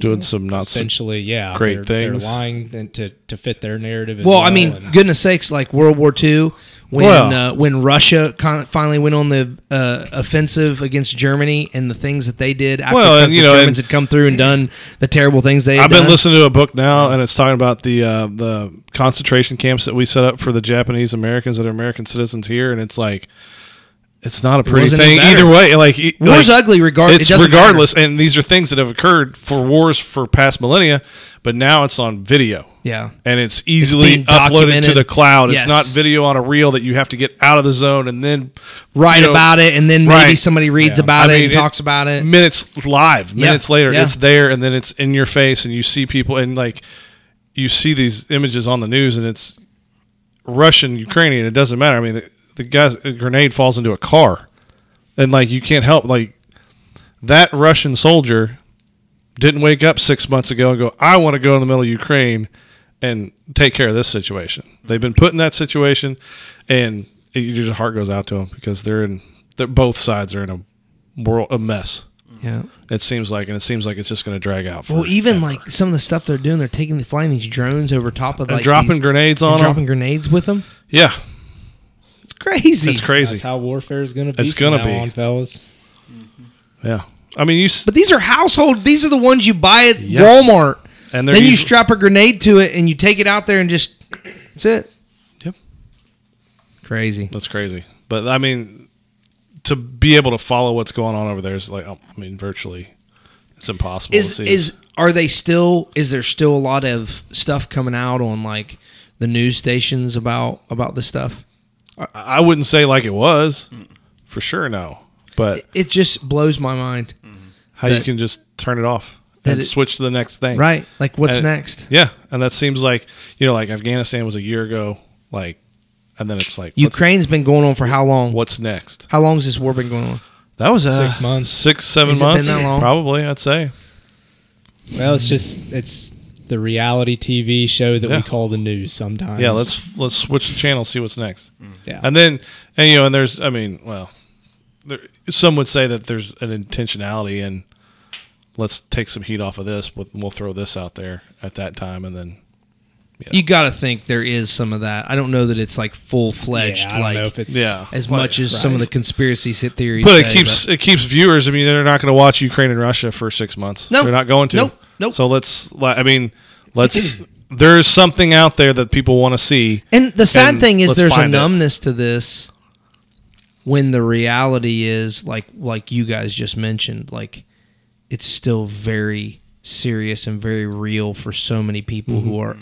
doing some not so
essentially, yeah,
great
they're, they're
things.
lying and to to fit their narrative. As
well,
well,
I mean,
and-
goodness sakes, like World War II, when
Well-
uh, when Russia con- finally went on the uh, offensive against Germany and the things that they did after
Well, and,
because
you
the
know,
Germans
and-
had come through and done the terrible things they. Had
I've been
done.
listening to a book now, and it's talking about the uh, the concentration camps that we set up for the Japanese Americans that are American citizens here, and it's like it's not a pretty
wasn't any
thing
better.
either way. Like e-
War's
like,
ugly regard- it
It's
doesn't
regardless, and these are things that have occurred for wars for past millennia, but now it's on video.
Yeah.
and it's easily
being
uploaded to
documented.
the cloud.
Yes.
It's not video on a reel that you have to get out of the zone and then
Write
you know,
about it, and then maybe
right.
somebody reads
Yeah.
about
I
it
mean,
and talks about it.
minutes live minutes later
yeah.
it's there and then it's in your face and you see people and like you see these images on the news and it's russian ukrainian it doesn't matter i mean the, the guy's a grenade falls into a car and like you can't help like that russian soldier didn't wake up six months ago and go i want to go in the middle of ukraine and take care of this situation they've been put in that situation and it, your heart goes out to them because they're in they're, both sides are in a world a mess
Yeah.
it seems like, and it seems like it's just going to drag out. For
Well, even like some of the stuff they're doing, they're taking the flying these drones over top of
And
like
dropping
these-
grenades
and
on 'em.
dropping grenades with them.
yeah,
It's crazy.
it's crazy.
That's how warfare is going to be.
It's
It's
gonna
going to be
be.
on, fellas.
yeah, I mean, you s-
But these are household. These are the ones you buy at
Yeah.
Walmart.
and
Then
they're
you
usu-
strap a grenade to it and you take it out there and just that's it.
Yep.
Crazy.
that's crazy. But I mean, to be able to follow what's going on over there is like, I mean, virtually, it's impossible. to
Is
see.
is are they still? Is there still a lot of stuff coming out on like the news stations about about this stuff?
I I wouldn't say like it was for sure. No, but
It just blows my mind.
how you
that-
can just turn it off
that
and
it-
switch to the next thing,
Right? Like what's
And-
next?
Yeah, and that seems like you know, like Afghanistan was a year ago, like, and then it's like what's-
Ukraine's been going on for how long?
What's next?
How long has this war been going on?
That was uh,
Six months.
six seven
Has it been
months,
that long?
probably. I'd say.
Well, it's just it's the reality TV show that
Yeah.
we call the news sometimes.
Yeah, let's let's switch the channel, see what's next,
Yeah.
and then and you know, and there's, I mean, well, there, some would say that there's an intentionality in let's take some heat off of this, but we'll throw this out there at that time, and then
You got to think there is some of that. I don't know that it's like full fledged.
Yeah, I don't
like
know if it's
Yeah.
as much as some of the conspiracy si- theories.
but it
say,
keeps it keeps viewers. I mean, they're not going to watch Ukraine and Russia for six months.
Nope.
they're not going to.
Nope. Nope.
So let's. li- I mean, let's. there's something out there that people want to see.
And the sad
And
thing is,
let's
there's a
find it.
numbness to this. When the reality is, like like you guys just mentioned, like it's still very serious and very real for so many people who
Mm-hmm.
are,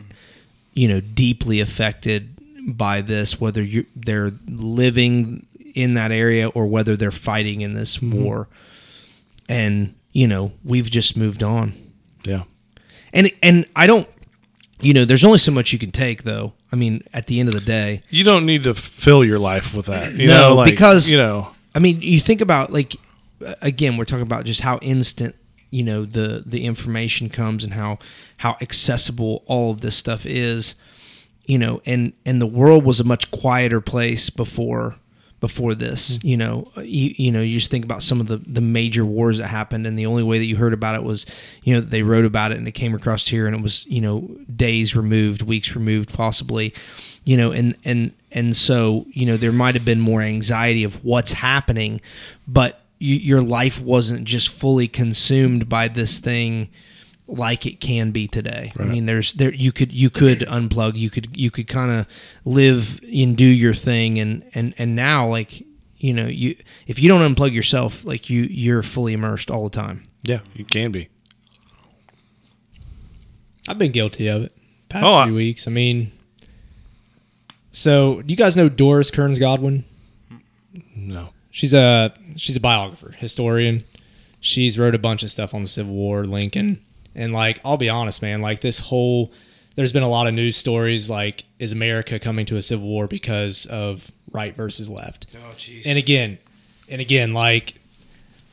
you know, deeply affected by this, whether you they're living in that area or whether they're fighting in this
Mm-hmm.
war. And you know, we've just moved on
Yeah.
and and I don't, you know, there's only so much you can take though. I mean, at the end of the day,
you don't need to fill your life with that. You
No,
know, like,
because-
you know,
I mean, you think about like, uh, again, we're talking about just how instant you know the the information comes and how how accessible all of this stuff is, you know, and and the world was a much quieter place before before this you know you, you know you just think about some of the the major wars that happened and the only way that you heard about it was you know they wrote about it and it came across here and it was you know days removed weeks removed possibly you know and and and so you know there might have been more anxiety of what's happening but you, your life wasn't just fully consumed by this thing like it can be today. I mean, there's there you could you could unplug, you could you could kind of live and do your thing, and and and now like you know you if you don't unplug yourself, like you you're fully immersed all the time.
yeah, you can be.
I've been guilty of it past
Oh, I-
few weeks. I mean, so do you guys know Doris Kearns Godwin?
No,
She's a she's a biographer, historian. She's wrote a bunch of stuff on the Civil War, Lincoln, and like I'll be honest, man, like this whole there's been a lot of news stories like is America coming to a civil war because of right versus left? Oh jeez. And again, and again, like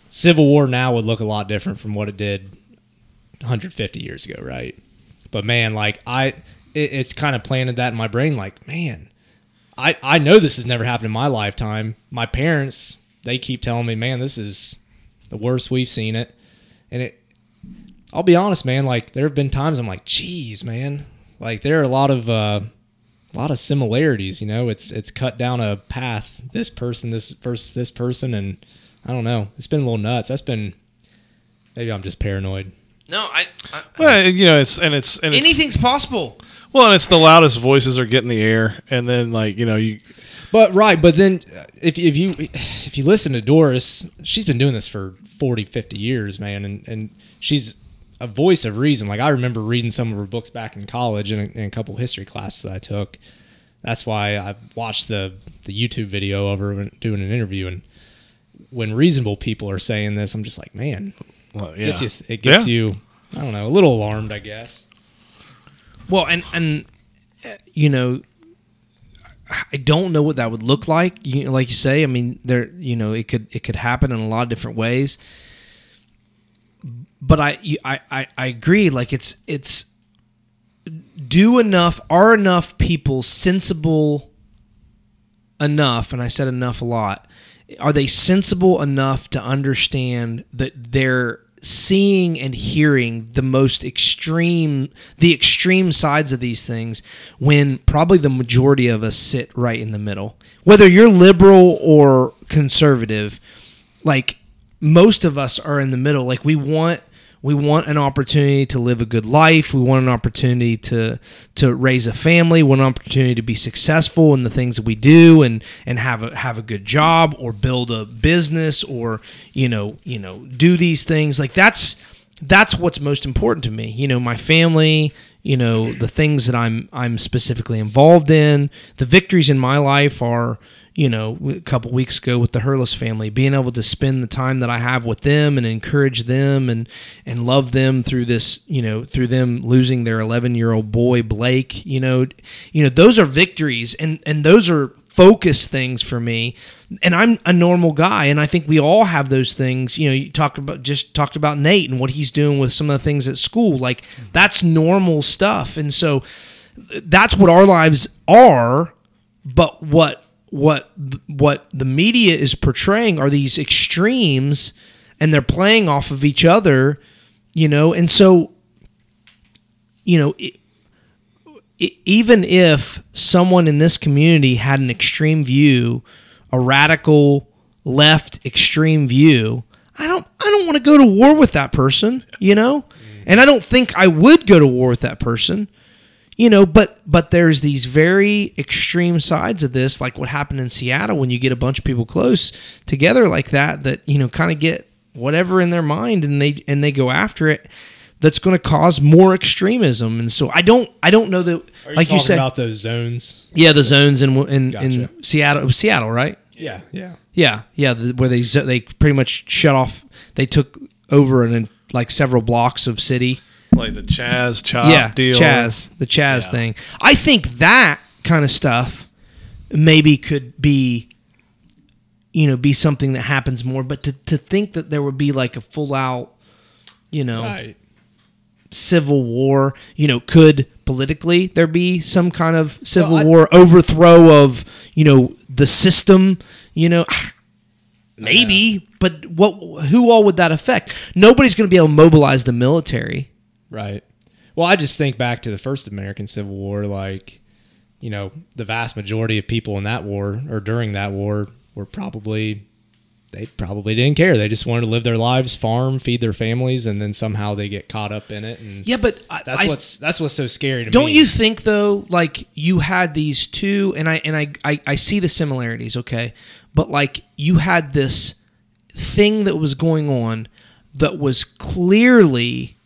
Civil War now would look a lot different from what it did 150 years ago, right? But man, like I, it, it's kind of planted that in my brain. Like, man, I I know this has never happened in my lifetime. My parents they keep telling me, man, this is the worst we've seen it, and it. I'll be honest, man. Like there have been times I'm like, geez, man. Like there are a lot of uh, a lot of similarities. You know, it's it's cut down a path. This person, this versus this person, and I don't know. It's been a little nuts. That's been. Maybe I'm just paranoid.
No, I, I
well, you know, it's and it's and it's,
anything's possible.
Well, and it's the loudest voices are getting the air, and then like you know you
But right, but then uh, if if you if you listen to Doris, she's been doing this for 40, 50 years, man, and and she's a voice of reason. Like I remember reading some of her books back in college and in a couple history classes that I took. That's why I watched the the YouTube video of her doing an interview and when reasonable people are saying this, I'm just like, man,
Well,
it gets you, it gets you, I don't know, a little alarmed, I guess.
Well, and and uh, you know, I don't know what that would look like. You, like you say, I mean, there, you know, it could it could happen in a lot of different ways. But I you- I I, I agree. Like it's it's do enough are enough people sensible enough and i said enough a lot are they sensible enough to understand that they're seeing and hearing the most extreme the extreme sides of these things when probably the majority of us sit right in the middle whether you're liberal or conservative like most of us are in the middle like we want we want an opportunity to live a good life we want an opportunity to to raise a family want an opportunity to be successful in the things that we do and and have a have a good job or build a business or you know you know do these things like that's that's what's most important to me you know my family you know the things that i'm i'm specifically involved in the victories in my life are you know a couple weeks ago with the Hurlis family being able to spend the time that i have with them and encourage them and and love them through this you know through them losing their 11 year old boy blake you know you know those are victories and and those are focus things for me and i'm a normal guy and i think we all have those things you know you talk about just talked about nate and what he's doing with some of the things at school like that's normal stuff and so that's what our lives are but what what th- what the media is portraying are these extremes and they're playing off of each other you know and so you know it, e- even if someone in this community had an extreme view, a radical left extreme view, I don't I don't want to go to war with that person, you know? And I don't think I would go to war with that person. You know, but but there's these very extreme sides of this, like what happened in Seattle when you get a bunch of people close together like that that, you know, kind of get whatever in their mind and they and they go after it that's going to cause more extremism and so i don't i don't know that like you said
about those zones.
yeah, the zones in in,
Gotcha.
in Seattle, it was Seattle, right?
Yeah, yeah.
Yeah, yeah, the, where they zo- they pretty much shut off. They took over and like several blocks of city.
like the Chaz Chop
yeah,
deal.
Chaz, the Chaz thing. I think that kind of stuff maybe could be, you know, be something that happens more. But to to think that there would be like a full out, you know,
Right.
civil war you know could politically there be some kind of civil
Well, I-
war overthrow of you know the system you know maybe but what who all would that affect nobody's going to be able to mobilize the military
Right. Well, I just think back to the first American Civil War, like, you know, the vast majority of people in that war or during that war were probably, they probably didn't care. They just wanted to live their lives, farm, feed their families, and then somehow they get caught up in it. And
yeah but I,
that's
I-
what's, that's what's so scary to
don't
me.
you think though like you had these two and i and I, I i see the similarities okay but like you had this thing that was going on that was clearly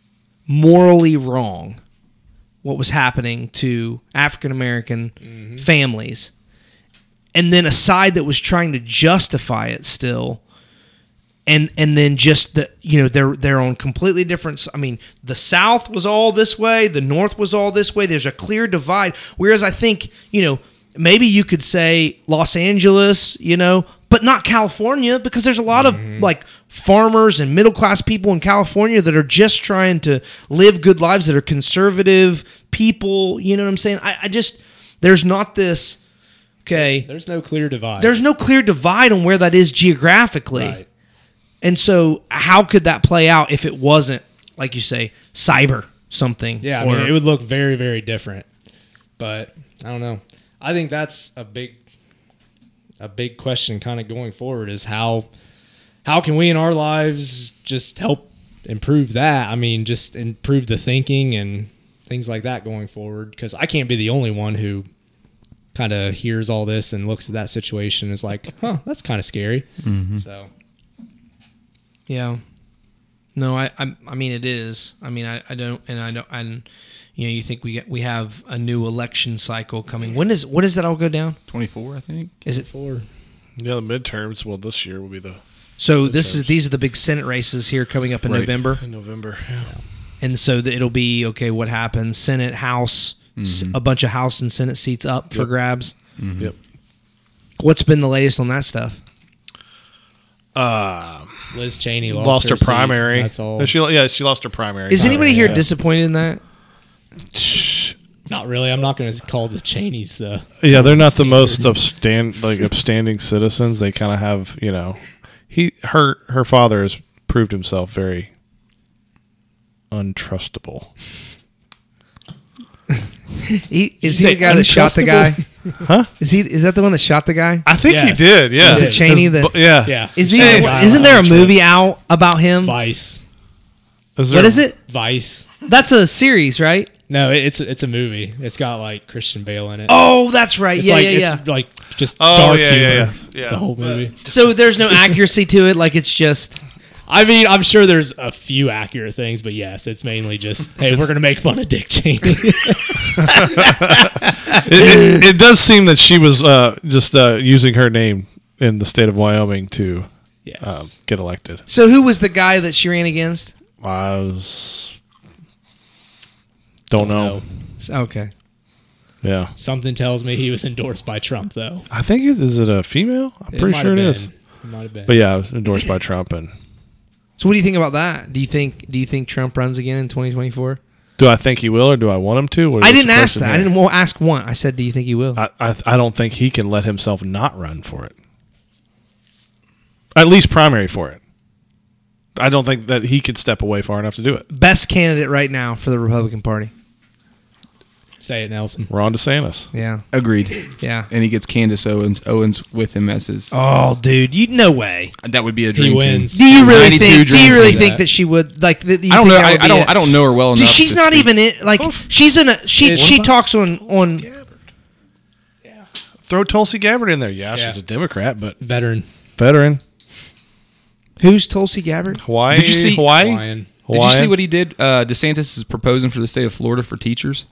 morally wrong what was happening to african american
Mm-hmm.
families and then a side that was trying to justify it still and and then just the you know they're they're on completely different s- i mean the south was all this way the north was all this way there's a clear divide whereas i think you know maybe you could say los angeles you know but not california because there's a lot of like farmers and middle class people in california that are just trying to live good lives that are conservative people you know what i'm saying i, I just there's not this okay
There's no clear divide.
there's no clear divide on where that is geographically
right.
and so, how could that play out if it wasn't, like you say, cyber something?
Yeah, I
or-
mean, it would look very, very different. But I don't know. I think that's a big, a big question kind of going forward is how, how can we in our lives just help improve that? I mean, just improve the thinking and things like that going forward. Because I can't be the only one who kind of hears all this and looks at that situation and is like, huh, that's kind of scary. So
Yeah. No, I, I, I mean it is. I mean I, I don't, and I don't, I, you know, you think we we have a new election cycle coming. When does what does that all go down?
24, I think.
Is it
four.
Yeah, the midterms. Well, this year will be the
so? This is these are the big Senate races here coming up in
Right.
November,
in November. Yeah.
and so the, it'll be okay. What happens? Senate, House, s-
Mm-hmm.
a bunch of House and Senate seats up for
Yep.
grabs.
Yep.
What's been the latest on that stuff?
Uh,
Liz Cheney lost,
lost, her,
seat.
primary.
That's all.
And She, yeah, she lost her primary.
Is anybody here
Yeah.
disappointed in that?
Not really. I'm not going to call the Cheneys the.
Yeah, they're not the most upstand like upstanding citizens. They kind of have you know, he her her father has proved himself very untrustable.
He, is
You
he the
say
guy that shot the guy?
untrustable?
Huh?
Is he is that the one that shot the guy?
I think
Yes.
he did. Yeah,
Was it
His
Cheney that-
bu- yeah,
Yeah.
Is he?
Shane Dyer
Isn't there a
on
movie out about him?
Vice.
Is there-
What is it?
Vice.
That's a series, right?
No, it- it's it's a movie. It's got like Christian Bale in it.
Oh, that's right.
it's
yeah,
like
yeah,
it's
yeah.
like just
Oh,
dark
yeah,
humor.
yeah, yeah, yeah.
The whole movie.
So there's no accuracy to it. Like it's just
I mean, I'm sure there's a few accurate things, but yes, it's mainly just hey, we're gonna make fun of Dick Cheney.
It, it, it does seem that she was uh, just uh, using her name in the state of Wyoming to
yes.
uh, get elected.
so. Who was the guy that she ran against?
I was don't, know.
No.
S- Okay.
Yeah,
Something tells me he was endorsed by Trump, though.
I think it, is it a female? I'm pretty
might
sure
have
it
been.
is.
It might have been.
But yeah, it was endorsed by Trump. And
So what do you think about that? Do you think do you think Trump runs again in 2024?
do I think he will, or do I want him to? What
I
is the
didn't ask
question
that. I
here?
didn't well, ask one. I said, do you think he will?
I, I I don't think he can let himself not run for it. At least primary for it. I don't think that he could step away far enough to do it.
Best candidate right now for the Republican Party.
Say it, Nelson.
Ron DeSantis.
Yeah.
Agreed.
Yeah.
And he gets Candace Owens Owens with him as his.
Oh, dude, you no way.
That would be a dream
He
team.
wins.
Do you really
92
think? Do
dreams
you really
like
think
that.
that she would like? That you
I
think
don't know.
that
I,
would
I
be
don't.
it?
I don't know her well
Dude,
enough.
she's
to
not
speak.
even in. Like she's in a. She
It's-
she talks on on.
Throw Tulsi Gabbard in there. Yeah,
Yeah.
she's a Democrat, but
Veteran.
veteran.
Who's Tulsi Gabbard?
Hawaii.
Did you see-
Hawaii?
Hawaiian.
Did you see
Hawaiian?
what he did? Uh, DeSantis is proposing for the state of Florida for teachers.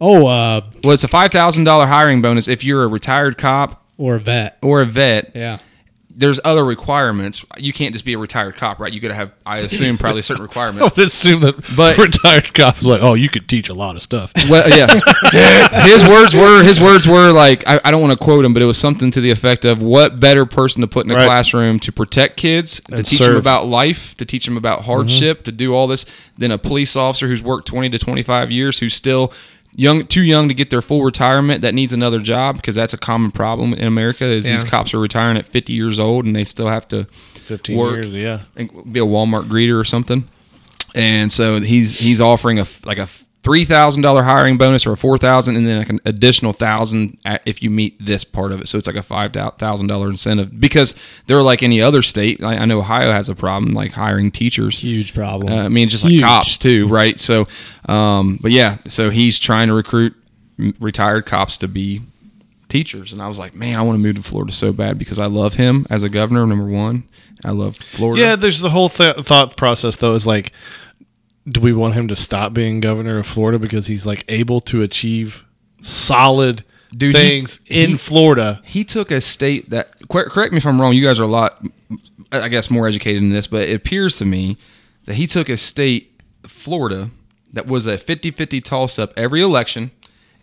Oh, uh,
Well, it's a five thousand dollar hiring bonus if you're a retired cop
or a vet.
or a vet.
Yeah.
There's other requirements. You can't just be a retired cop, right? You got to have, I assume, probably certain requirements.
I would assume that
But-
retired cops like, oh, you could teach a lot of stuff.
Well, yeah. his words were his words were like I, I don't want to quote him, but it was something to the effect of what better person to put in a
Right.
classroom to protect kids, to
And
teach them
serve. Mm-hmm.
about life, to teach them about hardship, to do all this than a police officer who's worked twenty to twenty five years who's still young too young to get their full retirement that needs another job because that's a common problem in America is these
Yeah.
cops are retiring at fifty years old and they still have to
15
Work.
years, yeah.
think be a Walmart greeter or something. And so he's he's offering a f- like a three thousand dollar hiring bonus or a four thousand, and then like an additional thousand at- if you meet this part of it. So it's like a five thousand dollar incentive because they're like any other state. I, I know Ohio has a problem like hiring teachers.
Huge problem.
Uh, I mean, just like
Huge.
cops too, right? So, um, but yeah, so he's trying to recruit m- retired cops to be teachers, and I was like, man, I want to move to Florida so bad because I love him as a governor. Number one, I love Florida.
Yeah, there's the whole th- thought process though is like, do we want him to stop being governor of Florida because he's like able to achieve solid
Dude, he-
things in
he-
Florida?
he took a state that cor- correct me if i'm wrong you guys are a lot i guess more educated in this but it appears to me that he took a state florida that was a 50-50 toss-up every election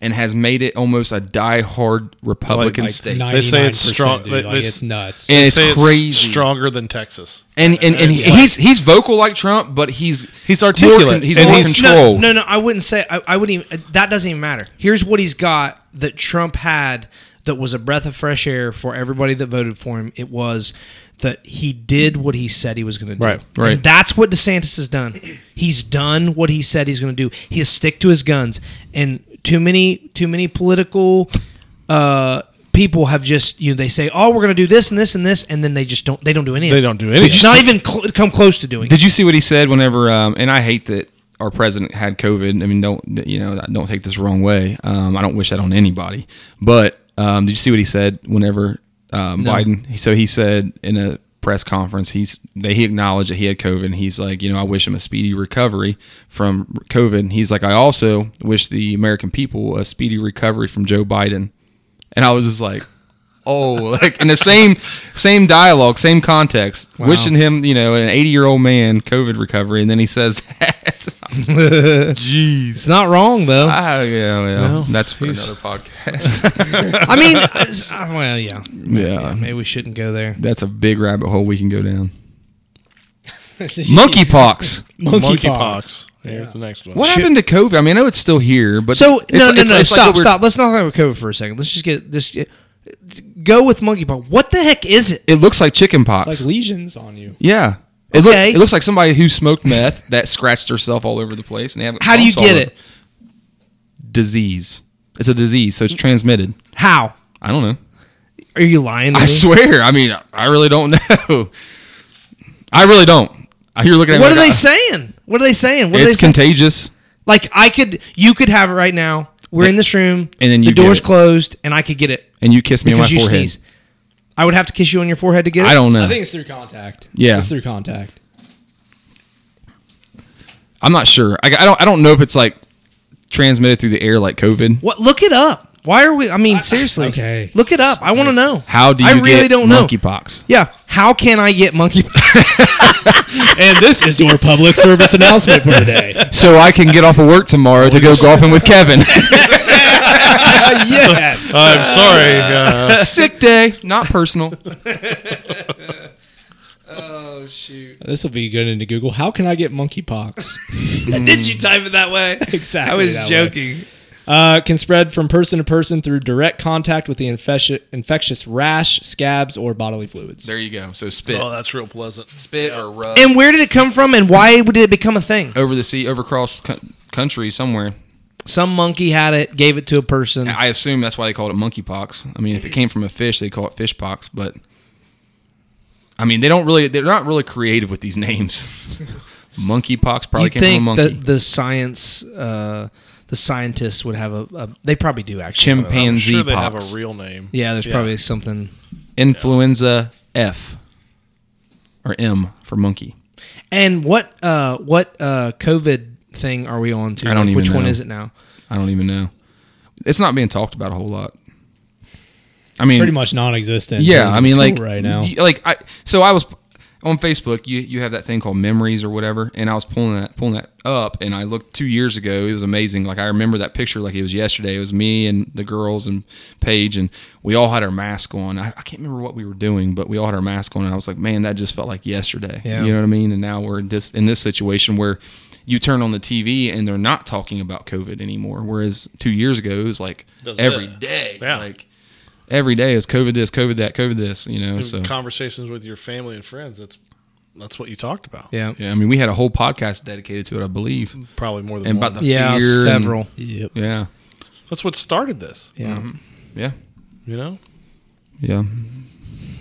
and has made it almost a die-hard republican
Like-
state
They say it's
99%,
strong-
dude.
they-
like,
they s-
it's nuts.
And
They
it's
say
crazy.
stronger than Texas.
and and, and
It's
he's he's vocal like trump but he's
He's
more
articulate,
con- he's
and
more
he's-
control
No, no, no. I wouldn't say. I, I wouldn't even. That doesn't even matter. Here's what he's got that Trump had that was a breath of fresh air for everybody that voted for him. It was that he did what he said he was going to do.
Right,
right.
And that's what DeSantis has done. He's done what he said he's going to do. He'll stick to his guns. And too many, too many political. Uh, People have just you know they say oh we're going to do this and this and this and then they just don't they don't do anything
They don't do any of
not even cl- come close to doing it.
Did you see what he said whenever? Um, and I hate that our president had COVID. I mean, don't you know? Don't take this the wrong way. Um, I don't wish that on anybody. But um, did you see what he said? Whenever um, Biden, he- so he said in a press conference, he's they he acknowledged that he had COVID. And he's like, you know, I wish him a speedy recovery from COVID. And he's like, I also wish the American people a speedy recovery from Joe Biden. And I was just like. Oh, like in the same same dialogue, same context, wishing him, you know, an 80 year old man COVID recovery, and then he says that.
It's not wrong though. I,
Ah, yeah, yeah. That's for another podcast.
mean, it's- uh, well, yeah.
Yeah.
Maybe we shouldn't go there.
That's a big rabbit hole we can go down. Monkeypox.
Monkeypox. Here's the next one.
What happened to COVID? I mean, I know it's still here, but
So
it's,
no, no,
it's-
no.
it's like
stop,
what we're-
stop. Let's not talk about COVID for a second. Let's just get this. Go with monkeypox. What the heck is it?
It looks like chickenpox.
It's like lesions on you.
yeah. It, look-
Okay.
it looks like somebody who smoked meth that scratched herself all over the place, and they have
How do you
bumps all
get
over.
it?
Disease. It's a disease, so it's transmitted.
How?
I don't know.
Are you lying to
I
me?
swear. I mean, I really don't know. I really don't. I hear looking at me
What are
like,
they
I-
saying? What are they saying? What are they
It's
saying?
contagious.
Like I could, you could have it right now. We're in this room,
And then you
the door's
get it.
closed, and I could get it
and you kiss me on my
because you
forehead.
sneeze. I would have to kiss you on your forehead to get it.
I don't know.
I think it's through contact.
Yeah.
It's through contact.
I'm not sure. I, I don't. I don't know if it's like transmitted through the air like COVID.
What? Look it up. Why are we? I mean, seriously.
okay.
Look it up. I want to know.
How do you
I really
get
don't know.
monkeypox?
Yeah. How can I get monkey?
And this is your public service announcement for today.
So I can get off of work tomorrow to go golfing with Kevin.
yes.
I'm sorry. Uh,
Sick day, not personal.
This will be good into Google. How can I get monkeypox?
Did you type it that way?
exactly.
I was
that way.
joking.
Uh, can spread from person to person through direct contact with the infectious, infectious rash, scabs, or bodily fluids.
There you go. So spit,
oh, that's real pleasant.
spit or rub
And where did it come from? And why did it become a thing?
over the sea, over cross co- country somewhere.
Some monkey had it, gave it to a person.
I assume that's why they called it monkeypox. I mean, if it came from a fish, they call it fishpox. But I mean, they don't really. They're not really creative with these names. monkeypox probably
You
came from a
think
monkey.
the the science, uh, the scientists would have a, a? They probably do actually. have a-
I'm
Chimpanzee
sure they have
pox.
a real name.
Yeah, there's
Yeah.
probably something.
influenza F or M for monkey.
And what uh, what uh, COVID thing are we on to?
I don't
Like,
even
Which one
know.
is it now?
I don't even know. It's not being talked about a whole lot. I mean,
Pretty much non-existent. in
yeah.
terms
I
of
mean,
school
like
right now.
y- like I. So I was on Facebook. You you have that thing called memories or whatever, and I was pulling that pulling that up, and I looked two years ago. It was amazing. Like I remember that picture like it was yesterday. It was me and the girls and Paige, and we all had our mask on. I, I can't remember what we were doing, but we all had our mask on, and I was like, man, that just felt like yesterday.
Yeah.
You know what I mean? And now we're in this in this situation where you turn on the TV and they're not talking about COVID anymore. Whereas two years ago it was like every day,
Yeah.
like every day is COVID this, COVID that, COVID this. You know, so
Conversations with your family and friends. That's that's what you talked about.
Yeah,
yeah. I mean, we had a whole podcast dedicated to it, I believe.
Probably more than
And
one.
about the-
yeah,
Fear and-
several.
Yep.
Yeah,
that's what started this.
Yeah,
yeah,
You know.
yeah,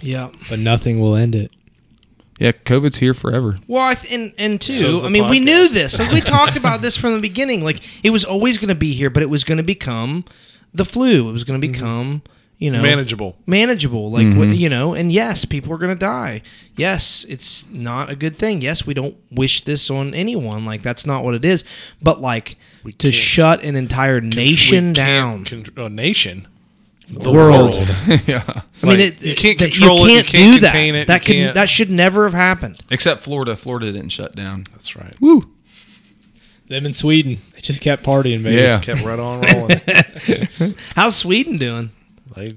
yeah.
But nothing will end it.
yeah. COVID's here forever.
Well, I th- and and two,
So's the
I mean, we
podcast.
knew this. Like we talked about this from the beginning. Like it was always going to be here, but it was going to become the flu. It was
Mm-hmm.
going to become you know
Manageable.
manageable. Like what you know, and yes, people are going to die. Yes, it's not a good thing. Yes, we don't wish this on anyone. Like that's not what it is. But like to shut an entire nation
We
down.
can't Con- a nation. The
World.
yeah,
I mean,
Like,
it,
you can't
that-
control it, you can't
do
contain
that.
it, you
that can-
can't-
that should never have happened.
except Florida. Florida didn't shut down.
That's right.
Woo.
Them in Sweden, they just kept partying, baby.
Yeah.
Kept right on rolling.
How's Sweden doing?
They-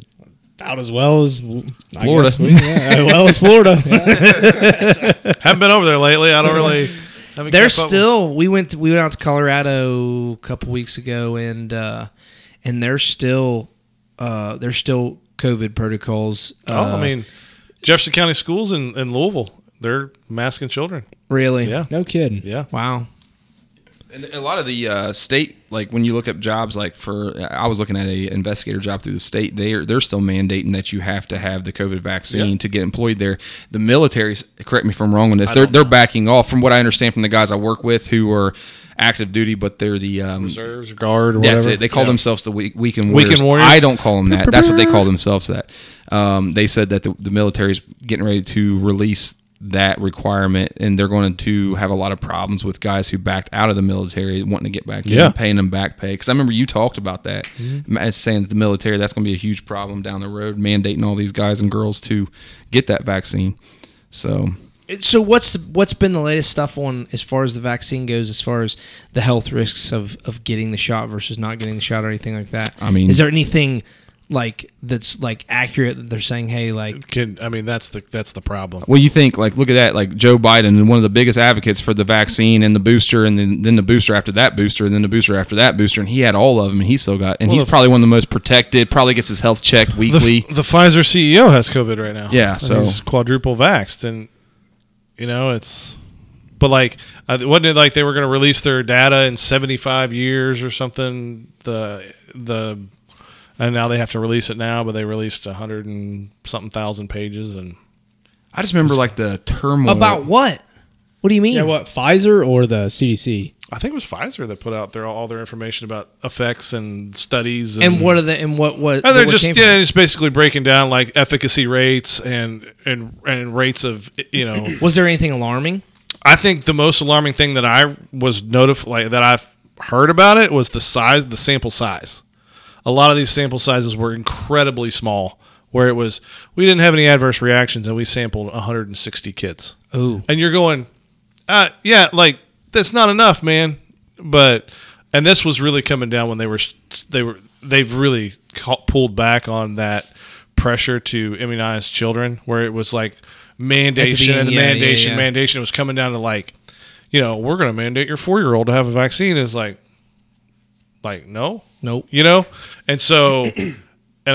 About as well as I
Florida.
guess we- yeah, as well as Florida. Yeah.
haven't been over there lately. I don't really. haven't
They're
kept up with-
still. We went. To, we went out to Colorado a couple weeks ago, and uh, and they're still. Uh, they're still COVID protocols.
Oh,
uh,
I mean, Jefferson County Schools in, in Louisville. They're masking children.
really?
Yeah.
No kidding.
Yeah.
Wow.
And a lot of the uh, state, like when you look up jobs, like for I was looking at a investigator job through the state. They're they're still mandating that you have to have the COVID vaccine to get employed there. The military, correct me if I'm wrong on this, they're they're backing off. From what I understand from the guys I work with who are active duty, but they're the um,
Reserves, guard, or
That's
whatever.
it. They call
Yeah.
themselves the week, weekend warriors.
Weekend warriors.
I don't call them that. That's what they call themselves. That um, they said that the, the military's getting ready to release that requirement, and they're going to have a lot of problems with guys who backed out of the military wanting to get back in,
Yeah. Mm-hmm.
paying them back pay. Because I remember you talked about that, as saying that the military that's going to be a huge problem down the road, mandating all these guys and girls to get that vaccine. So
It- So what's the, what's been the latest stuff on as far as the vaccine goes, as far as the health risks of of getting the shot versus not getting the shot or anything like that?
I mean-
is there anything like that's like accurate that they're saying? Hey, like
Can, I mean, that's the that's the problem.
Well, you think like look at that, like Joe Biden, and one of the biggest advocates for the vaccine and the booster, and then, then the booster after that booster, and then the booster after that booster, and he had all of them, and he still got, and
Well,
he's
the-
probably one of the most protected. Probably gets his health checked
The,
weekly.
the Pfizer CEO has COVID right now.
Yeah,
And
so-
he's quadruple vaxxed, and you know it's. But like, uh, wasn't it like they were going to release their data in seventy five years or something? The the and now they have to release it now, but they released a hundred and something thousand pages, and
I just remember like the turmoil
uh,
about what? What do you mean?
Yeah, what Pfizer or the CDC?
I think it was Pfizer that put out their all their information about effects and studies, and,
and what are the and what what?
And Oh, they're
what
just
came from
yeah,
it?
it's basically breaking down like efficacy rates and and and rates of you know
Was there anything alarming?
I think the most alarming thing that I was notified like, that I've heard about it was the size, the sample size. A lot of these sample sizes were incredibly small, where it was we didn't have any adverse reactions and we sampled 160 kids.
Oh,
And you're going, uh, yeah, like that's not enough, man. But and this was really coming down when they were they were they've really ca- pulled back on that pressure to immunize children, where it was like mandation
beginning,
and the
yeah, yeah,
mandation,
yeah.
mandation. It was coming down to like, you know, we're going to mandate your four year old to have a vaccine. Is like, like no,
nope.
you know and so and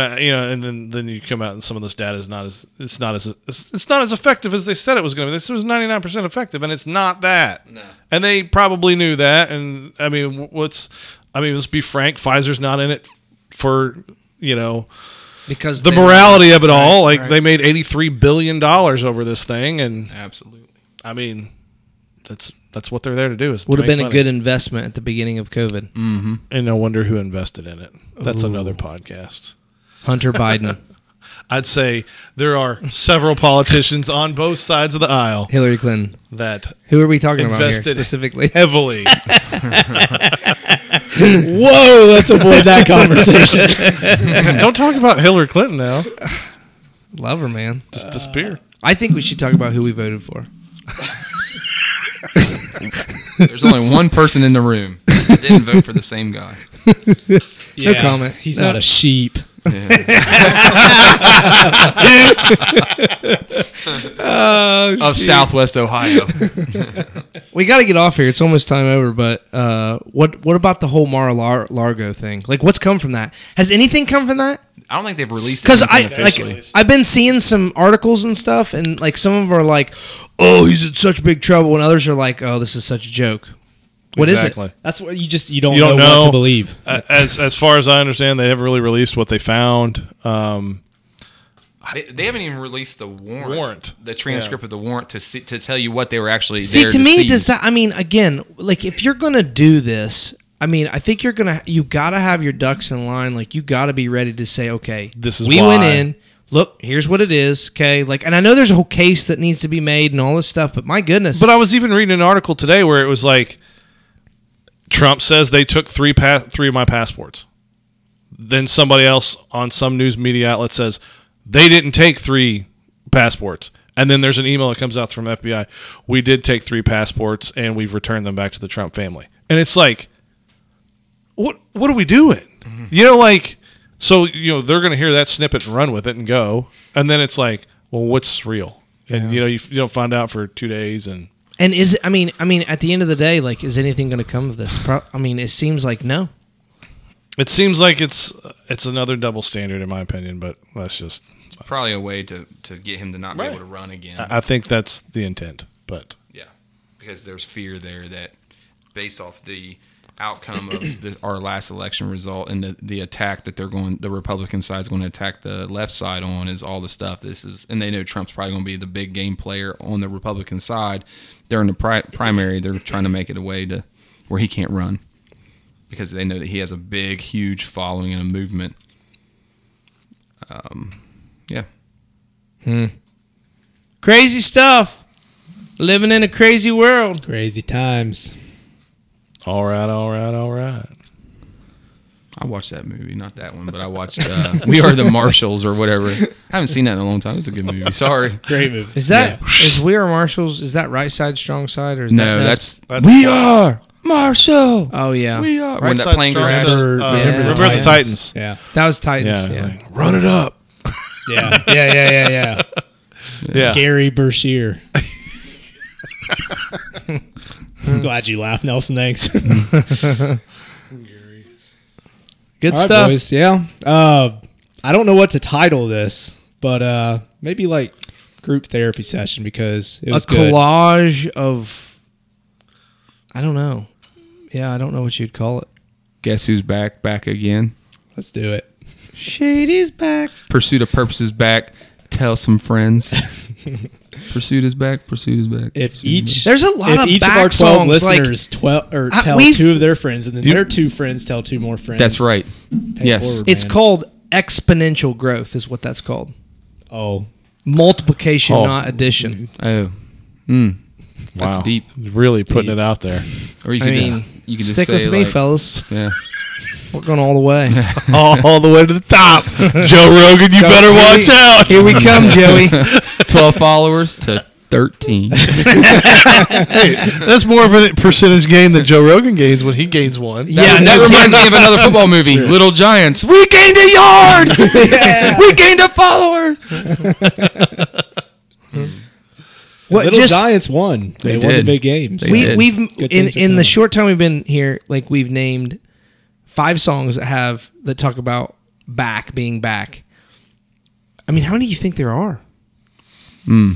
I, you know and then then you come out and some of this data is not as it's not as it's not as effective as they said it was going to be this was 99% effective and it's not that no. and they probably knew that and i mean wh- what's i mean let's be frank pfizer's not in it for you know
Because
the
they-
morality of it all like
right.
they made 83 billion dollars over this thing and
Absolutely.
i mean that's that's what they're there to do is to
would have
make
been a
money. Mm.
good investment at the beginning of COVID.
and no wonder who invested in it that's another podcast
Hunter Biden,
I'd say there are several politicians on both sides of the aisle
Hillary Clinton.
that
Who are we talking about here
Invested-
specifically?
heavily.
Whoa, let's avoid that conversation.
Don't talk about Hillary Clinton now.
Love her, man.
Just disappear.
I think we should talk about who we voted for.
There's only one person in the room that didn't vote for the same guy.
yeah.
comment.
He's not
No.
a sheep.
Of Southwest Ohio.
We got to get off here. It's almost time over. But uh, what what about the whole Mar Lar- Largo thing? Like, what's come from that? Has anything come from that?
I don't think they've released it
Because I
anything
like
officially.
I've been seeing some articles and stuff, and like some of them are like, "Oh, he's in such big trouble," and others are like, "Oh, this is such a joke." What is it?
That's what you just you don't,
You don't
know, what
know.
to believe.
A- As as far as I understand, they haven't really released what they found. Um,
They, they haven't even released the warrant,
Warrant.
the transcript of the warrant to see, to tell you what they were actually.
See,
there
to me,
seize.
does that? I mean, again, like if you're gonna do this, I mean, I think you're gonna you gotta have your ducks in line. Like you gotta be ready to say, okay,
This is
we went
why.
in. Look, here's what it is. Okay, like, and I know there's a whole case that needs to be made and all this stuff, but my goodness,
but I was even reading an article today where it was like Trump says they took three pa- three of my passports. Then somebody else on some news media outlet says they didn't take three passports. And then there's an email that comes out from FBI. We did take three passports and we've returned them back to the Trump family. And it's like what what are we doing? You know like so you know they're going to hear that snippet and run with it and go. And then it's like, well what's real? And you know you, f- you don't find out for 2 days and
and is it? I mean, I mean, at the end of the day, like, is anything gonna come of this? Pro- I mean, it seems like no.
It seems like it's it's another double standard in my opinion, but that's just
probably a way to, to get him to not
Right.
be able to run again.
I I think that's the intent. But
yeah, because there's fear there that based off the outcome of the, our last election result and the, the attack that they're going the republican side's going to attack the left side on is all the stuff this is and they know trump's probably going to be the big game player on the republican side during the pri- primary they're trying to make it a way to where he can't run because they know that he has a big huge following and a movement Um, yeah
Crazy stuff. Living in a crazy world.
Crazy times.
All right, all right, all right.
I watched that movie, not that one, but I watched uh, We Are the Marshals or whatever. I haven't seen that in a long time. It's a good movie. Sorry.
Great movie.
Is that is we are marshals? Is that right side, strong side, or is
No,
that
that's,
we are.
Marshall.
oh yeah,
We are.
Right
when that
side
plane
strong
crashed.
side. Uh,
Yeah.
Remember the Titans.
Yeah.
that was Titans.
Yeah,
Yeah,
like, run it up.
Yeah. Yeah. Yeah. Yeah. Yeah.
Yeah.
Gary Bershear. I'm glad you laughed, Nelson. Thanks.
good
All right,
stuff.
boys. Yeah. Uh, I don't know what to title this, but uh, maybe like group therapy session because it
A
was good.
collage of I don't know. Yeah, I don't know what you'd call it.
Guess who's back? Back again.
Let's do it.
Shady's back.
Pursuit of Purpose is back. Tell some friends. Pursuit is back. Pursuit is back.
If
Pursuit
each
There's a lot
if
of
each
back
of our twelve
songs, like-
listeners twelve or
I-
tell
we've-
two of their friends, and then their two friends tell two more friends.
That's right.
Pay
Yes.
forward,
It's
man.
called exponential growth, is what that's called.
Oh,
Multiplication,
Oh.
not addition.
Oh. Mm. That's
Wow.
deep.
Really putting it out there.
Or you
I
can
mean,
just you can
Stick
just say
with me,
like-
fellas.
Yeah.
We're going all the way.
all, all the way to the top. Joe Rogan, you better
here
watch
we-
out.
Here we come, Joey.
Twelve followers to thirteen.
Hey, that's more of a percentage gain that Joe Rogan gains when he gains one.
Yeah,
that, that
no
reminds me of another football movie, Little Giants. We gained a yard. We gained a follower.
What
Little
just
Giants won. They, won the
did.
big games.
They
we
did.
we've
Good
in
things are
in the
coming.
short time we've been here, like we've named five songs that have that talk about back being back. I mean, how many do you think there are? Hmm.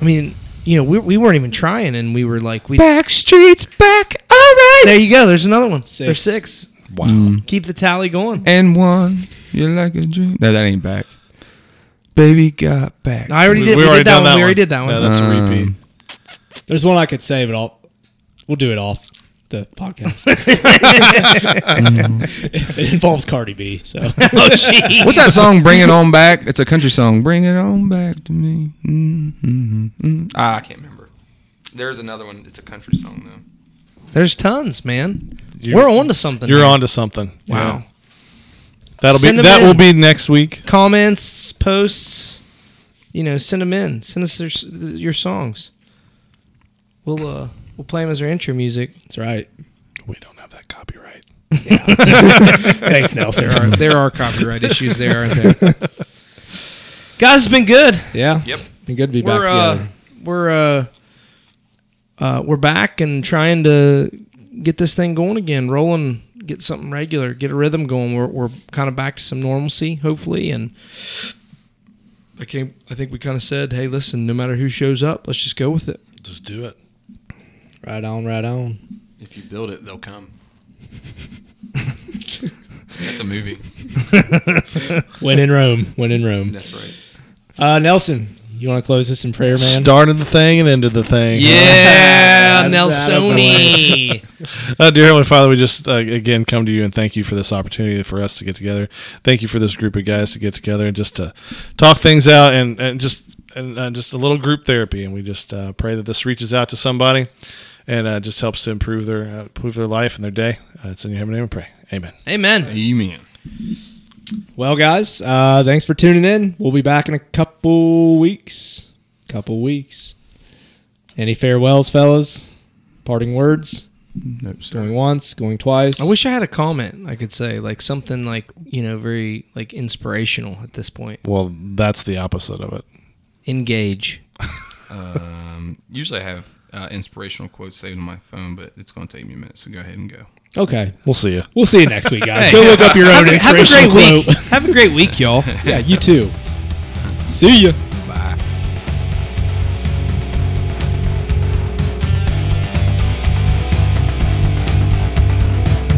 I mean, you know, we, we weren't even trying, and we were like, we back streets back. All right, there you go. There's another one. There's
Six.
six. Wow, Hmm. keep the tally going.
And one, you're like a dream. No, that ain't back. Baby got back.
I already did. We, did that one. We already did that one.
Yeah, that's a repeat.
There's one I could say, but I'll we'll do it off the podcast.
Mm-hmm.
it involves Cardi B, so
Oh,
What's that song? Bring it on back. It's a country song. Bring it on back to me. mm mm mm Ah, I can't remember. There's another one. It's a country song though.
There's tons, man.
You're-
we're on to something.
You're
here.
onto something.
Wow.
Yeah. That'll
Send
be
'em
that
in.
will be next week.
comments, posts, you know, send them in. Send us their, your songs. We'll uh we'll play them as our intro music.
that's right.
We don't have that copyright.
Thanks, Nelson.
There are there are copyright issues there, aren't there? Guys, it's been good.
Yeah.
Yep.
Been good to be
We're
back
uh,
together.
we're uh, uh, we're back and trying to get this thing going again, rolling, get something regular, get a rhythm going. We're we're kind of back to some normalcy, hopefully. And I came, I think we kind of said, hey, listen, no matter who shows up, let's just go with it.
Just do it.
Right on, right on.
If you build it, they'll come. That's a movie.
When in Rome. When in Rome.
That's right.
Uh, Nelson, you want to close this in prayer, man?
Started the thing and ended the thing.
Yeah,
That's that
Nelsoni.
Uh, dear Heavenly Father, we just uh, again come to you and thank you for this opportunity for us to get together. Thank you for this group of guys to get together and just to talk things out and, and just and uh, just a little group therapy. And we just uh, pray that this reaches out to somebody and uh, just helps to improve their uh, improve their life and their day. Uh, it's in your heavenly name and pray. Amen.
Amen.
Amen.
Well, guys, uh, thanks for tuning in. We'll be back in a couple weeks. Couple weeks. Any farewells, fellas? Parting words?
Nope. Sorry.
Going once, going twice.
I wish I had a comment I could say, like something like you know, very like inspirational at this point.
Well, that's the opposite of it.
Engage.
Um, usually I have uh, inspirational quotes saved on my phone, but it's going to take me a minute. So go ahead and go.
Okay.
We'll see you.
We'll see you next week, guys. Go look up your own
Have a
inspirational
great week.
quote.
Have a great week, y'all.
yeah, you too. See ya.